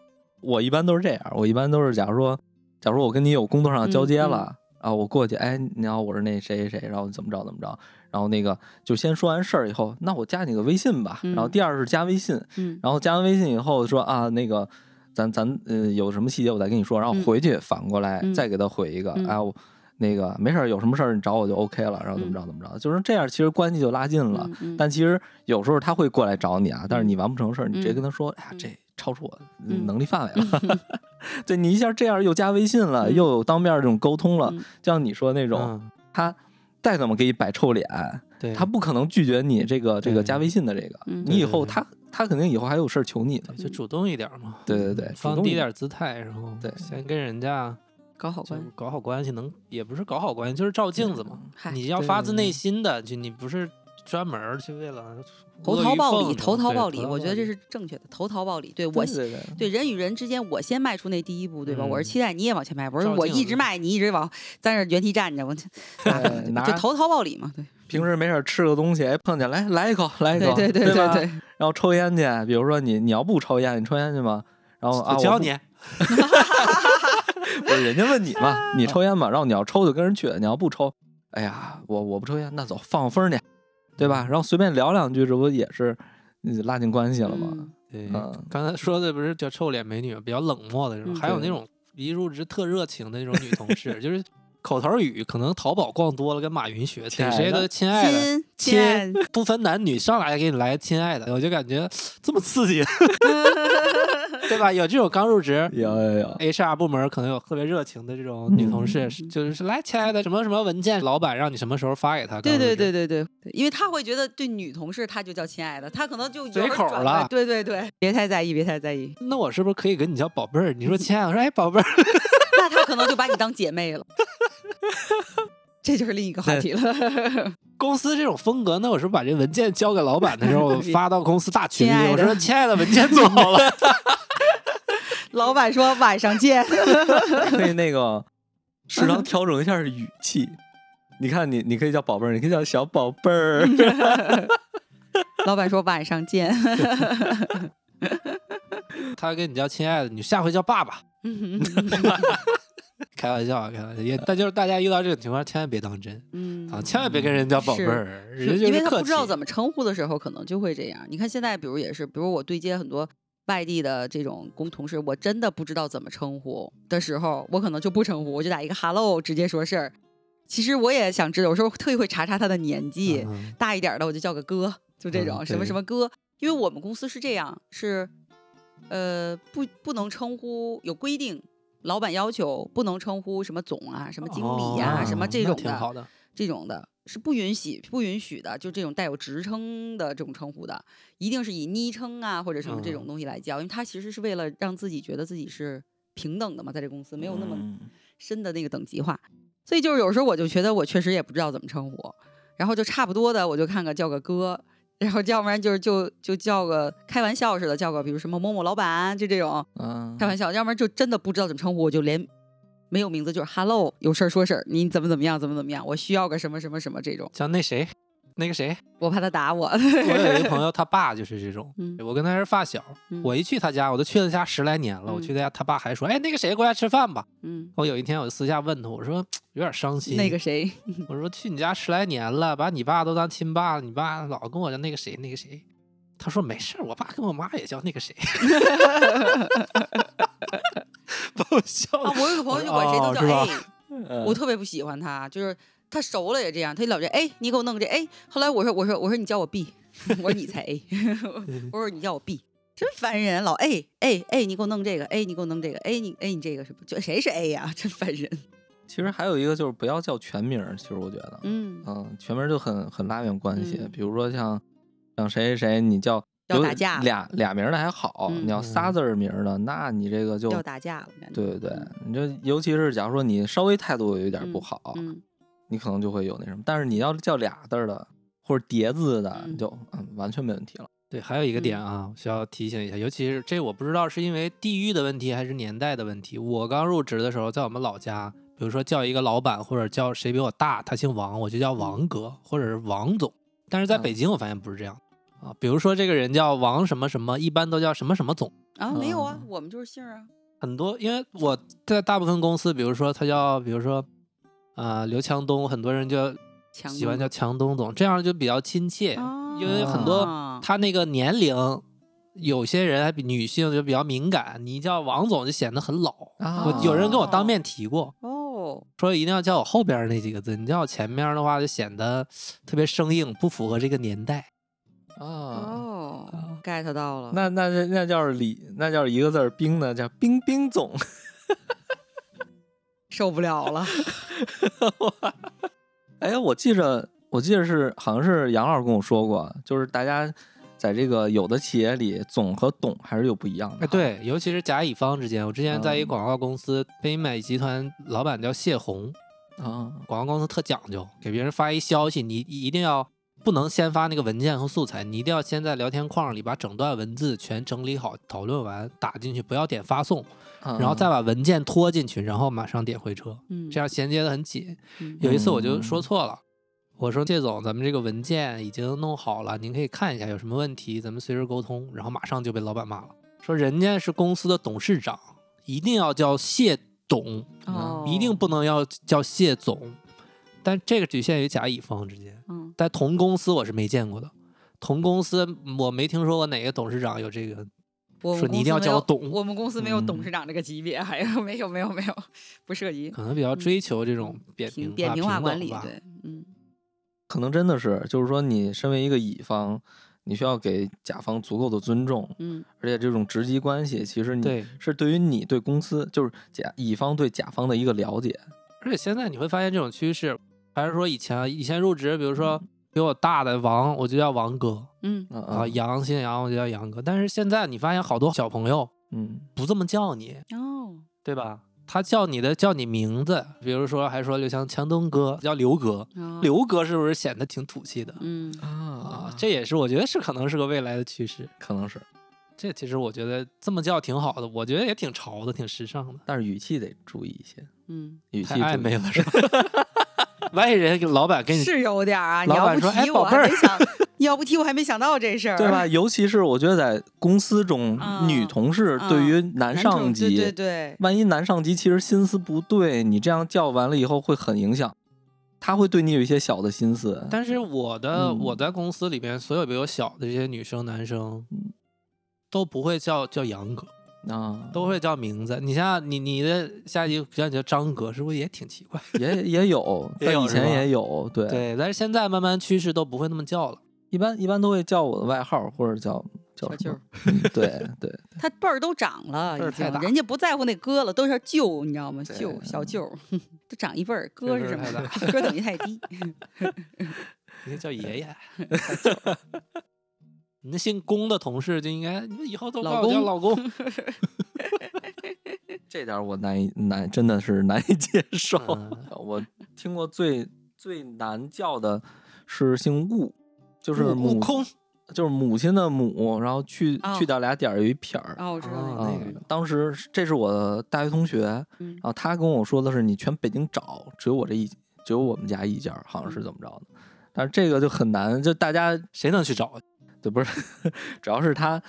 S3: 我一般都是这样，我一般都是假如说，假如说我跟你有工作上的交接
S5: 嗯嗯
S3: 了、啊，我过去，哎，你好，我是那谁谁谁，然后怎么着怎么着，然后那个就先说完事儿以后，那我加你个微信吧，
S5: 嗯
S3: 然后第二是加微信，
S5: 嗯，
S3: 然后加完微信以后说啊，那个咱咱呃有什么细节我再跟你说，然后
S5: 嗯
S3: 回去反过来
S5: 嗯
S3: 再给他回一个，
S5: 嗯
S3: 哎我。那个没事儿，有什么事儿你找我就 OK 了，然后怎么着怎么着，就是这样，其实关系就拉近了。
S5: 嗯嗯
S3: 但其实有时候他会过来找你啊，但是你完不成事儿，你直接
S5: 嗯
S3: 跟他说：“哎呀，
S5: 嗯
S3: 这超出我
S5: 嗯
S3: 能力范围了。” 对你一下这样又加微信了，
S5: 嗯
S3: 又有当面这种沟通了，
S5: 嗯
S3: 就像你说那种，
S4: 嗯，
S3: 他再怎么给你摆臭脸，
S4: 对，
S3: 他不可能拒绝你这个这个
S4: 对
S3: 加微信的这个。
S5: 嗯
S3: 你以后
S4: 对对对
S3: 他他肯定以后还有事儿求你的
S4: 对。就主动一点嘛，
S3: 嗯
S4: 嗯
S3: 对对对，主
S4: 放
S3: 动
S4: 低
S3: 一
S4: 点姿态，然后
S3: 对
S4: 先跟人家
S5: 搞好
S4: 就
S5: 关系，
S4: 搞好关系，能也不是搞好关系，就是照镜子嘛。
S5: 嗨，
S4: 你要
S3: 对
S4: 发自
S3: 对啊
S4: 内
S3: 对
S4: 心的，就你不是专门儿去为了
S5: 投
S4: 阿谀
S5: 桃报
S4: 奉
S5: 李，
S4: 承
S5: 投桃
S4: 对
S5: 报李，
S4: 投
S5: 我觉得
S4: 报
S5: 这
S4: 李
S5: 是正确的。投桃报李，对我
S3: 对
S5: 希
S3: 对对，
S5: 对人与人之间，我先迈出那第一步，对吧？我是
S4: 嗯
S5: 期待你也往前迈，不是
S4: 照
S5: 我
S4: 镜
S5: 一
S4: 子
S5: 直迈，你一直往在那儿原地站着，我就
S3: 哎拿
S5: 就投桃报李嘛，对
S3: 平时没事儿吃个东西，哎，碰见来来一口，来一口，
S5: 对对
S3: 对吧
S5: 对对，
S3: 然后抽烟去，比如说你你要不抽烟，你抽烟去吗？然后啊，
S4: 我
S3: 我
S4: 教
S3: 不
S4: 你，
S3: 不是人家问你
S5: 啊
S3: 嘛，你抽烟嘛，然后你要抽就跟人去，你要不抽，哎呀，我我不抽烟，那走放放风去，对吧？然后随便聊两句，这不也是嗯拉近关系了吗？
S5: 嗯
S4: 对
S3: 嗯，
S4: 刚才说的不是叫臭脸美女，比较冷漠的那种，
S5: 嗯
S4: 还有那
S3: 对
S4: 种一入职特热情的那种女同事，就是口头语，可能淘宝逛多了，跟马云学，
S3: 亲
S4: 逮
S3: 爱
S4: 谁
S3: 的
S4: 都亲爱的。
S5: 亲
S4: 亲
S5: 爱的，
S4: 不分男女，上来给你来亲爱的，我就感觉这么刺激， 对吧？有这种刚入职
S5: 嗯
S3: 有有有，
S4: HR 部门可能有特别热情的这种女
S5: 嗯
S4: 同事，是就是说来亲爱的什么什么文件，老板让你什么时候发给他？刚
S5: 对
S4: 入
S5: 对
S4: 职
S5: 对，对对，因为他会觉得对女同事他就叫亲爱的，他可能就有
S4: 随
S5: 点
S4: 口
S5: 转
S4: 了
S5: 换对对对，别太在意，别太在意，
S4: 那我是不是可以跟你叫宝贝儿？你说亲爱的，我说哎宝贝儿，
S5: 那他可能就把你当姐妹了。 这就是另一个话题了，
S4: 公司这种风格，那我是不是把这文件交给老板的时 候发到公司大群
S5: 亲爱
S4: 里？我
S5: 的
S4: 说亲爱的，文件做好 了。
S5: 老板说晚上见，
S3: 可以那个适当调整一下语气。你看你，你可以叫宝贝儿，你可以叫小宝贝儿。
S5: 嗯老板说晚上见，
S4: 他跟你叫亲爱的，你下回叫爸爸。开玩笑啊，开玩笑。也
S5: 呃
S4: 但就是大家遇到这种情况，千万别当真
S5: 嗯
S4: 啊，千万别跟人叫宝贝
S5: 是
S4: 儿，
S5: 是
S4: 人家
S5: 因
S4: 就
S5: 为他
S4: 客
S5: 不知道
S4: 气
S5: 怎么称呼的时候，可能就会这样。你看现在，比如也是，比如我对接很多外地的这种工同事，我真的不知道怎么称呼的时候，我可能就不称呼，我就打一个 hello 直接说事儿。其实我也想知道，有时候特意会查查他的年纪，
S4: 嗯
S5: 大一点儿的我就叫个哥，就这种、
S4: 嗯
S5: 什么
S4: 对
S5: 什么哥，因为我们公司是这样，是呃不不能称呼，有规定。老板要求不能称呼什么总啊、什么经理呀、
S4: 哦
S5: 什么这
S4: 那
S5: 种
S4: 挺
S5: 的，
S4: 好的。
S5: 这种的是不允许不允许的，就这种带有职称的这种称呼的，一定是以昵称啊或者什么这种
S4: 嗯
S5: 东西来叫，因为他其实是为了让自己觉得自己是平等的嘛，在这公司没有那
S3: 嗯
S5: 么深的那个等级化，所以就是有时候我就觉得我确实也不知道怎么称呼，然后就差不多的我就看个叫个哥。然后要不然就是就就叫个开玩笑似的，叫个比如什么某某老板就这种
S3: 嗯，
S5: 开玩笑，要不然就真的不知道怎么称呼，我就连没有名字就是 hello，有事儿说事儿，你怎么怎么样，怎么怎么样，我需要个什么什么什么这种，
S4: 像那谁，那个谁，
S5: 我怕他打我。
S4: 我有一个朋友，他爸就是这种。
S5: 嗯
S4: 我跟他是发小，
S5: 嗯
S4: 我一去他家，我都去他家十来年了。我
S5: 嗯
S4: 去他家，他爸还说：“哎，那个谁过来吃饭吧。”
S5: 嗯，
S4: 我有一天我就私下问他，我说有点伤心。
S5: 那个谁，
S4: 我说去你家十来年了，把你爸都当亲爸了，你爸老跟我叫那个谁那个谁。他说没事儿，我爸跟我妈也叫那个谁， 把我笑
S5: 啊，
S4: 的。
S5: 我有个朋友就管谁
S4: 哦
S5: 都
S4: 是吧
S5: 叫 A，我
S3: 嗯
S5: 特别不喜欢他，就是他熟了也这样，他就老这哎，你给我弄这哎。后来我说我说我说你叫我 B，我 说你才 A，我说你叫我 B，真烦人，老 A A A，你给我弄这个，A 你给我弄这个，A 你 A 你这个什么，就谁是 A 呀、真烦人。
S3: 其实还有一个就是不要叫全名儿，其实我觉得，
S5: 嗯，
S4: 哦
S3: 嗯，全名儿就很很拉远关系。
S5: 嗯
S3: 比如说像像谁谁谁，你叫
S5: 要
S3: 有
S5: 打架
S3: 俩俩名儿的还好，
S5: 嗯
S3: 你要仨字儿名儿的，那你这个就
S5: 要打架了，我感觉。
S3: 对对对
S5: 嗯，
S3: 你这尤其是假如说你稍微态度有一点儿不
S5: 嗯
S3: 好，
S5: 嗯，
S3: 你可能就会有那什么。但是你要叫俩字儿的或者叠字的，
S5: 嗯
S3: 就嗯完全没问题了。
S4: 对，还有一个点啊，需要提醒一下，尤其是这我不知道是因为地域的问题还是年代的问题。我刚入职的时候，在我们老家，比如说叫一个老板或者叫谁比我大，他姓王，我就叫王哥或者是王总。但是在北
S3: 嗯
S4: 京，我发现不是这样、啊。比如说这个人叫王什么什么，一般都叫什么什么总。
S5: 啊，没有啊
S3: 嗯，
S5: 我们就是姓儿啊。
S4: 很多，因为我在大部分公司，比如说他叫，比如说，啊刘强东，很多人就
S5: 强
S4: 喜欢
S5: 东
S4: 叫强东总，这样就比较亲切，因为很
S5: 啊
S4: 多他那个年龄，有些人还比女性就比较敏感，你叫王总就显得很老。
S3: 啊
S4: 我啊有人跟我当面提过，
S5: 哦，
S4: 说一定要叫我后边儿那几个字，你叫我前面儿的话就显得特别生硬，不符合这个年代。嗯
S3: 啊，
S5: 哦
S4: 啊
S5: ，get 到了。
S3: 那那那那叫是李，那叫是一个字儿冰呢，叫冰冰总。
S5: 受不 了了，
S3: 哎，我记着，我记着是好像是杨老师跟我说过，就是大家在这个有的企业里，总和董还是有不一样的。
S4: 哎，，对，尤其是甲乙方之间，我之前在一
S3: 嗯
S4: 广告公司，北美集团老板叫谢红，
S3: 啊，
S4: 广告公司特讲究，给别人发一消息，你一定要不能先发那个文件和素材，你一定要先在聊天框里把整段文字全整理好，讨论完打进去，不要点发送，
S3: 啊
S4: 然后再把文件拖进去，然后马上点回车，
S5: 嗯
S4: 这样衔接的很紧。
S5: 嗯
S4: 有一次我就说错了。我说谢总，咱们这个文件已经弄好了，您可以看一下，有什么问题咱们随时沟通。然后马上就被老板骂了，说人家是公司的董事长，一定要叫谢董，
S5: 哦，
S4: 嗯一定不能要叫谢总，但这个局限于甲乙方之间，
S5: 嗯，
S4: 在同公司我是没见过的。同公司我没听说过哪个董事长有这个，
S5: 我们
S4: 说你一定
S5: 公
S4: 要
S5: 司没
S4: 叫我
S5: 有
S4: 董
S5: 我们公司没有董
S3: 嗯
S5: 事长这个级别，还有没有没有没有，不涉及
S4: 可能比较追求这种扁平
S5: 嗯平
S4: 化、
S5: 扁平
S4: 平
S5: 化
S4: 等
S5: 管理，
S4: 吧。
S5: 对，嗯
S3: 可能真的是，就是说你身为一个乙方，你需要给甲方足够的尊重，
S5: 嗯
S3: 而且这种直级关系，其实你
S4: 对，
S3: 是对于你对公司，就是甲乙方对甲方的一个了解。
S4: 而且现在你会发现这种趋势，还是说以前啊，以前入职，比如说比我大的王，我就叫王哥
S5: 嗯
S3: 啊
S4: 啊，
S3: 啊，
S4: 杨姓杨我就叫杨哥。但是现在你发现好多小朋友
S3: 嗯
S4: 不这么叫你，
S5: 哦，
S4: 对吧？他叫你的叫你名字，比如说还说刘强强东哥叫刘哥，
S5: 哦
S4: 刘哥是不是显得挺土气的
S5: 嗯
S4: 啊
S3: 啊？
S4: 这也是我觉得是可能是个未来的趋势。
S3: 可能是，
S4: 这其实我觉得这么叫挺好的，我觉得也挺潮的，挺时尚的。
S3: 但是语气得注意一些，
S5: 嗯，
S3: 语
S4: 太
S3: 气注意
S4: 暧昧了是吧？万一人家老板跟你
S5: 是有点儿啊，你
S4: 老
S5: 要
S4: 板
S5: 不
S4: 说哎
S5: 提我
S4: 宝
S5: 还
S4: 贝儿
S5: 没想，你要不提我还没想到这事儿，
S3: 对吧？？尤其是我觉得在公司中，
S5: 嗯
S3: 女同事对于男
S5: 男
S3: 上
S5: 宠
S3: 级，
S5: 对对对，
S3: 万一男上级其实心思不对，你这样叫完了以后会很影响，他会对你有一些小的心思。
S4: 但是我的、
S3: 嗯
S4: 我在公司里边，所有比我小的这些女生男生，
S5: 嗯
S4: 都不会叫叫杨哥，
S3: 啊，
S4: 都会叫名字。你像你你的下级叫你叫张哥，是不是也挺奇怪？
S3: 也也有，
S4: 也
S3: 在
S4: 有
S3: 以
S4: 是
S3: 前
S4: 吧
S3: 也有，对，
S4: 对，但是现在慢慢趋势都不会那么叫了。
S3: 一般一般都会叫我的外号或者叫叫什
S5: 小舅
S3: 么
S5: 儿，
S3: 嗯对对，
S5: 他辈儿都长了，
S4: 辈儿
S5: 已
S4: 太
S5: 经
S4: 大
S5: 人家不在乎那哥了，都是舅，你知道吗？
S3: 对
S5: 舅小舅 都长一辈儿，哥
S4: 辈
S5: 是
S4: 儿
S5: 什么
S4: 太？
S5: 哥等级嗯太低。
S4: 应该叫爷 爷。 你那姓龚的同事就应该，你们以后都管
S5: 老
S4: 我叫
S5: 公
S4: 老公。
S3: 这点儿我难以难真的是难以接受。
S4: 嗯
S3: 我听过最最难叫的是姓悟，就是
S4: 悟
S3: 母
S4: 悟空，
S3: 就是母亲的母，然后去、
S5: 哦
S3: 去掉俩点儿有一撇儿。
S5: 哦，我知道那
S4: 哦
S5: 个，
S3: 啊
S4: 那个
S3: 当时是这是我大学同学，
S5: 嗯
S3: 然后他跟我说的是，你全北京找，只有我这一，只有我们家一家儿，好像
S5: 嗯
S3: 是怎么着的。但是这个就很难，就大家
S4: 谁能去找？
S3: 对不是，主要是他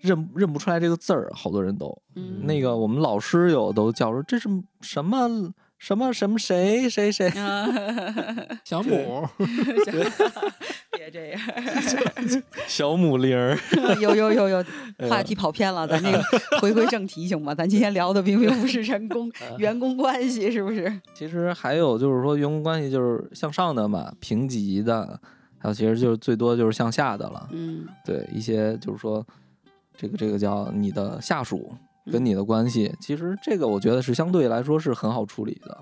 S3: 认认不出来这个字儿，好多人都、
S5: 嗯
S3: 那个我们老师有都叫说这是什么什么什么谁谁谁，
S5: 啊
S4: 小母，
S5: 别这样，
S3: 小母灵儿，哎
S5: 有有有有，话题跑偏了，咱 这个回归正题行吗？咱今天聊的并并不是 员工
S3: 嗯
S5: 员工关系，是不是？
S3: 其实还有就是说员工关系就是向上的嘛，平级的，还有其实就是最多就是向下的了。
S5: 嗯
S3: 对一些就是说这个这个叫你的下属跟
S5: 嗯
S3: 你的关系，其实这个我觉得是相对来说是很好处理的，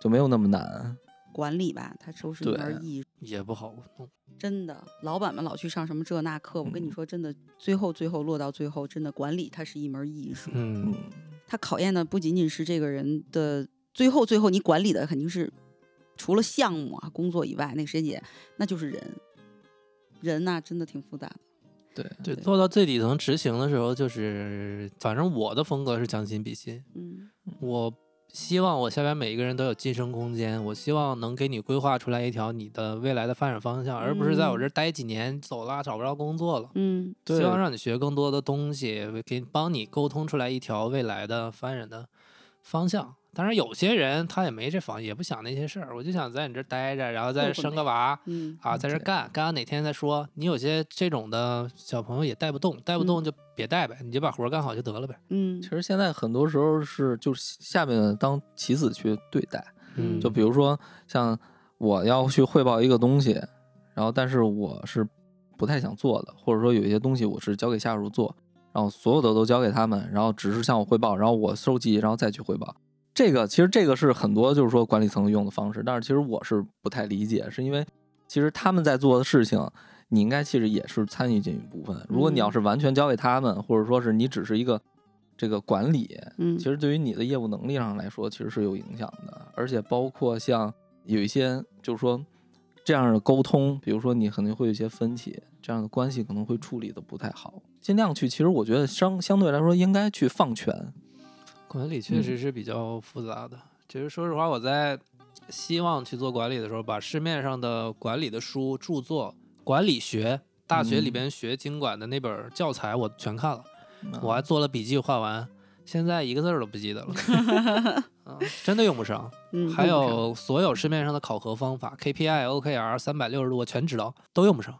S3: 就没有那么难。
S5: 管理吧，它都是一
S3: 对
S5: 门艺术。
S4: 也不好弄。
S5: 真的，老板们老去上什么这那课，我跟
S3: 嗯
S5: 你说，真的，最后最后落到最后，真的管理它是一门艺术。
S4: 嗯，
S5: 它考验的不仅仅是这个人的，最后最后你管理的肯定是除了项目啊工作以外，那个谁姐那就是人，人呐、真的挺复杂的。
S3: 对，
S4: 对，做到最底层执行的时候，就是反正我的风格是将心比心，
S5: 嗯
S4: 我希望我下边每一个人都有晋升空间，我希望能给你规划出来一条你的未来的发展方向，而不是在我这儿待几年走了找不着工作了。
S5: 嗯
S4: 希
S3: 对
S4: 望让你学更多的东西，给帮你沟通出来一条未来的发展的方向。当然，有些人他也没这方，也不想那些事儿，我就想在你这儿待着，然后再
S5: 混混
S4: 生个娃，
S5: 嗯
S4: 啊，在这儿干，干完哪天再说。你有些这种的小朋友也带不动，带
S3: 嗯
S4: 不动就别带呗，你就把活儿干好就得了呗。
S5: 嗯
S3: 其实现在很多时候是就是下面当棋子去对待，
S5: 嗯
S3: 就比如说像我要去汇报一个东西，然后但是我是不太想做的，或者说有一些东西我是交给下属做，然后所有的都交给他们，然后只是向我汇报，然后我收集，然后再去汇报。这个其实这个是很多就是说管理层用的方式，但是其实我是不太理解，是因为其实他们在做的事情，你应该其实也是参与进一部分。如果你要是完全交给他们，或者说是你只是一个这个管理，
S5: 嗯，
S3: 其实对于你的业务能力上来说，其实是有影响的。而且包括像有一些，就是说这样的沟通，比如说你可能会有一些分歧，这样的关系可能会处理的不太好。尽量去，其实我觉得相相对来说应该去放权。
S4: 管理确
S3: 嗯
S4: 实是比较复杂的。其实说实话，我在希望去做管理的时候，把市面上的管理的书、著作、管理学、大学里
S3: 嗯
S4: 边学经管的那本儿教材我全看了，
S3: 嗯
S4: 我还做了笔记画完，现在一个字儿都不记得了。啊，真的用不上，
S5: 嗯
S4: 还
S5: 用不上
S4: 有所有市面上的考核方法，KPI、OKR、三百六十度我全知道，都用不上。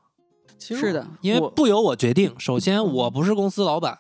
S3: 其
S5: 是的，
S4: 因为
S3: 我
S4: 不由我决定。首先，
S5: 嗯
S4: 我不是公司老板，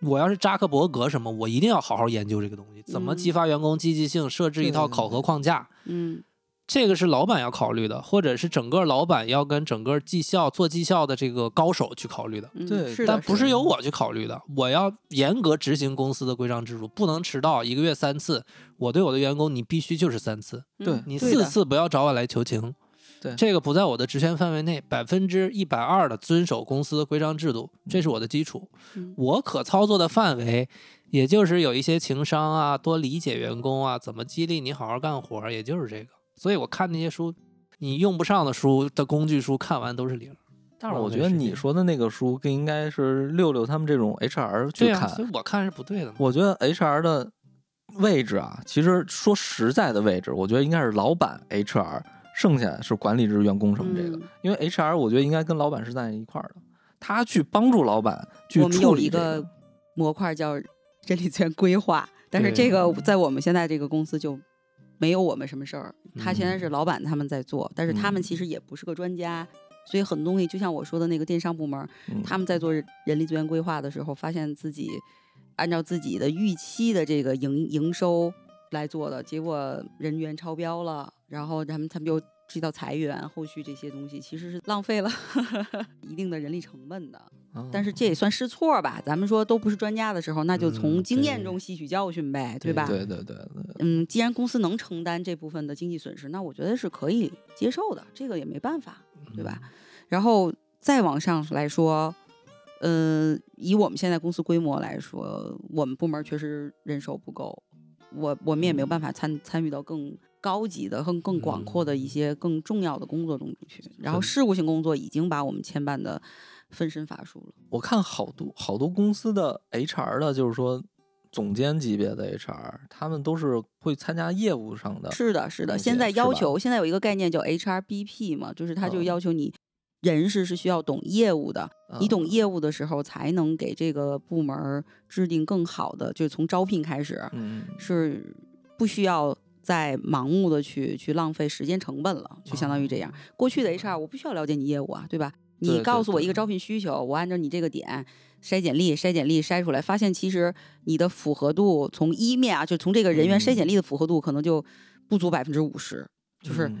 S4: 我要是扎克伯格什么，我一定要好好研究这个东西，怎么
S5: 嗯
S4: 激发员工积极性，设置一套
S3: 对
S4: 考核框架，
S5: 嗯
S4: 这个是老板要考虑的，或者是整个老板要跟整个绩效做绩效的这个高手去考虑的。
S5: 嗯
S3: 对
S5: 是的
S4: 但不
S5: 是
S4: 是
S5: 的
S4: 由我去考虑的，我要严格执行公司的规章制度，不能迟到，一个月三次。我对我的员工，你必须就是三次，
S3: 对
S4: 你
S5: 对
S4: 四
S5: 的
S4: 次不要找我来求情。
S3: 对
S4: 这个不在我的职权范围内，百分之一百二的遵守公司的规章制度，这是我的基础。
S5: 嗯
S4: 我可操作的范围，也就是有一些情商啊，多理解员工啊，怎么激励你好好干活儿，也就是这个。所以我看那些书，你用不上的书的工具书，看完都是零。
S3: 但是
S4: 浪
S3: 我
S4: 费
S3: 觉得
S4: 时
S3: 你
S4: 间
S3: 说的那个书更应该是六六他们这种 HR
S4: 对
S3: 去
S4: 啊，
S3: 看，
S4: 所以我看是不对的嘛。
S3: 我觉得 HR 的位置啊，其实说实在的位置，我觉得应该是老板 HR，剩下是管理职员工什么这个，
S5: 嗯
S3: 因为 HR 我觉得应该跟老板是在一块儿的，他去帮助老板去
S5: 我们
S3: 处
S5: 有一
S3: 理这
S5: 个模块叫人力资源规划，但是
S4: 对
S5: 这个在我们现在这个公司就没有我们什么事儿。他现在
S4: 嗯
S5: 是老板他们在做，但是他
S3: 嗯
S5: 们其实也不是个专家，所以很多东西就像我说的那个电商部门儿，
S3: 嗯
S5: 他们在做人力资源规划的时候，发现自己按照自己的预期的这个营营收来做的，结果人员超标了，然后他们他们又知道裁员，后续这些东西其实是浪费了 一定的人力成本的。
S3: 嗯
S5: 但是这也算试错吧。咱们说都不是专家的时候，那就
S4: 嗯
S5: 从经验
S4: 对
S5: 中吸取教训呗，对吧？
S3: 对对对对，
S5: 嗯，既然公司能承担这部分的经济损失，那我觉得是可以接受的，这个也没办法，对吧？然后再往上来说，呃，以我们现在公司规模来说，我们部门确实人手不够，我我们也没有办法参参与到更高级的、更更广阔的一些更重要的工作中去。然后事务性工作已经把我们牵绊的分身乏术了。
S3: 我看好多好多公司的 HR 的，就是说总监级别的 HR，他们都是会参加业务上的，
S5: 是的，是的。
S3: 理
S5: 现
S3: 解
S5: 在
S3: 是
S5: 要
S3: 吧
S5: 求，现在有一个概念叫 HRBP 嘛，就是它就
S3: 嗯
S5: 要求你人事是需要懂业务的，你
S3: 嗯
S5: 懂业务的时候，才能给这个部门儿制定更好的，就是从招聘开始，
S3: 嗯，嗯，
S5: 是不需要再盲目的去去浪费时间成本了，就相当于这样。过去的 HR 我不需要了解你业务啊，对吧？
S3: 哦对
S5: 你
S3: 对
S5: 告诉我
S3: 对
S5: 一个招聘需求，我按照你这个点筛简历、筛简历筛出来，发现其实你的符合度从一面啊，就从这个人员
S3: 嗯
S5: 筛简历的符合度可能就不足百分之五十，就是
S3: 嗯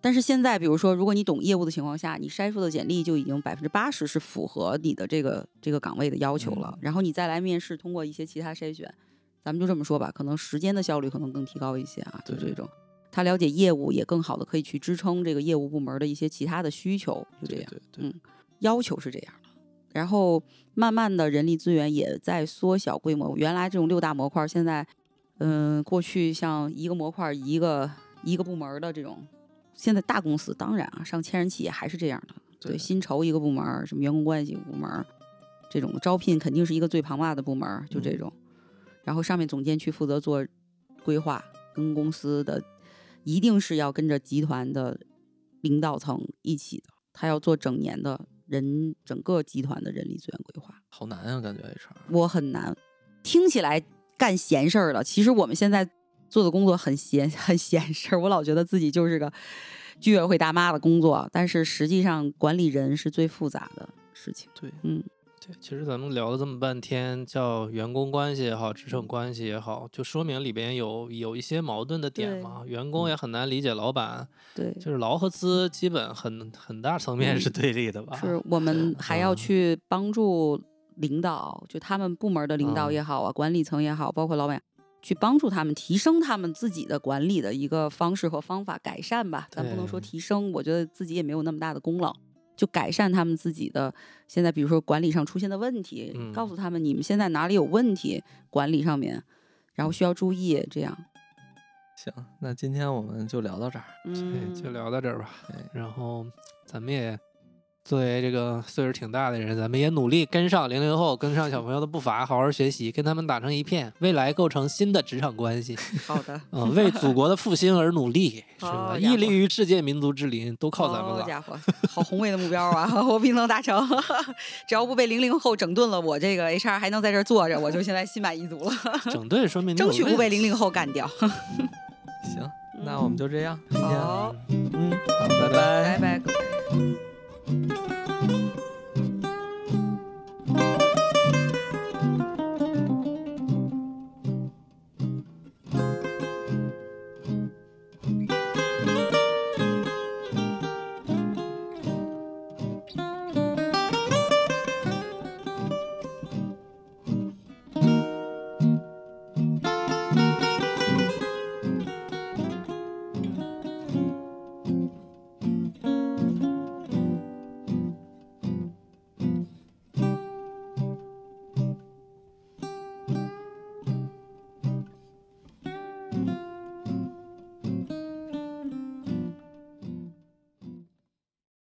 S5: 但是现在，比如说，如果你懂业务的情况下，你筛出的简历就已经百分之八十是符合你的这个这个岗位的要求了。
S3: 嗯
S5: 然后你再来面试，通过一些其他筛选，咱们就这么说吧，可能时间的效率可能更提高一些啊，就
S3: 对
S5: 这种。他了解业务，也更好的可以去支撑这个业务部门的一些其他的需求，就这
S3: 对
S5: 样。
S3: 对对，
S5: 嗯要求是这样的。然后慢慢的人力资源也在缩小规模，原来这种六大模块儿，现在嗯、过去像一个模块儿一个一个部门儿的这种，现在大公司当然啊，上千人企业还是这样的，对，
S3: 对
S5: 薪酬一个部门儿，什么员工关系一个部门儿，这种的招聘肯定是一个最庞大的部门儿，就这
S3: 嗯
S5: 种。然后上面总监去负责做规划，跟公司的一定是要跟着集团的领导层一起的，他要做整年的人整个集团的人力资源规划。
S3: 好难啊，感觉 HR，
S5: 我很难，听起来干闲事儿了，其实我们现在做的工作很闲 很闲事儿，我老觉得自己就是个居委会大妈的工作，但是实际上管理人是最复杂的事情。
S3: 对，
S5: 嗯，
S4: 对，其实咱们聊了这么半天，叫员工关系也好，职
S5: 嗯
S4: 场关系也好，就说明里边有有一些矛盾的点
S5: 对嗯
S4: 嘛。员工也很难理解老板，
S5: 对，嗯
S4: 就是劳和资基本很很大层面啊是嗯对立的吧？
S5: 是我们还要去帮助领导，就他们部门的领导
S4: 嗯
S5: 也好啊，管理层也好，包括老板，去帮助他们提升他们自己的管理的一个方式和方法，改善吧。咱不能说
S4: 对
S5: 提升，我觉得自己也没有那么大的功劳。就改善他们自己的现在，比如说管理上出现的问题，
S4: 嗯
S5: 告诉他们你们现在哪里有问题，管理上面，
S4: 嗯
S5: 然后需要注意，这样。
S3: 行，那今天我们就聊到这儿，
S5: 嗯，
S4: 对，就聊到这儿吧
S3: 对。
S4: 然后咱们也作为这个岁数挺大的人，咱们也努力跟上零零后，跟上小朋友的步伐，好好学习，跟他们打成一片，未来构成新的职场关系。
S5: 好的。
S4: 啊、为祖国的复兴而努力，是吧？
S5: 好家
S4: 屹立
S5: 伙
S4: 于世界民族之林，都靠咱们
S5: 好
S4: 了。
S5: 哦家伙，好宏伟的目标啊！ 我必能达成， 只要不被零零后整顿了，我这个 HR 还能在这儿坐着，我就现在心满意足了。
S4: 整顿说明你
S5: 争
S4: 有
S5: 取不
S4: 问
S5: 被
S4: 题
S5: 零零后干掉。
S3: 行，
S5: 嗯
S3: 那我们就这样，今天，
S5: 好，
S3: 嗯，好，拜拜
S5: 拜拜。各位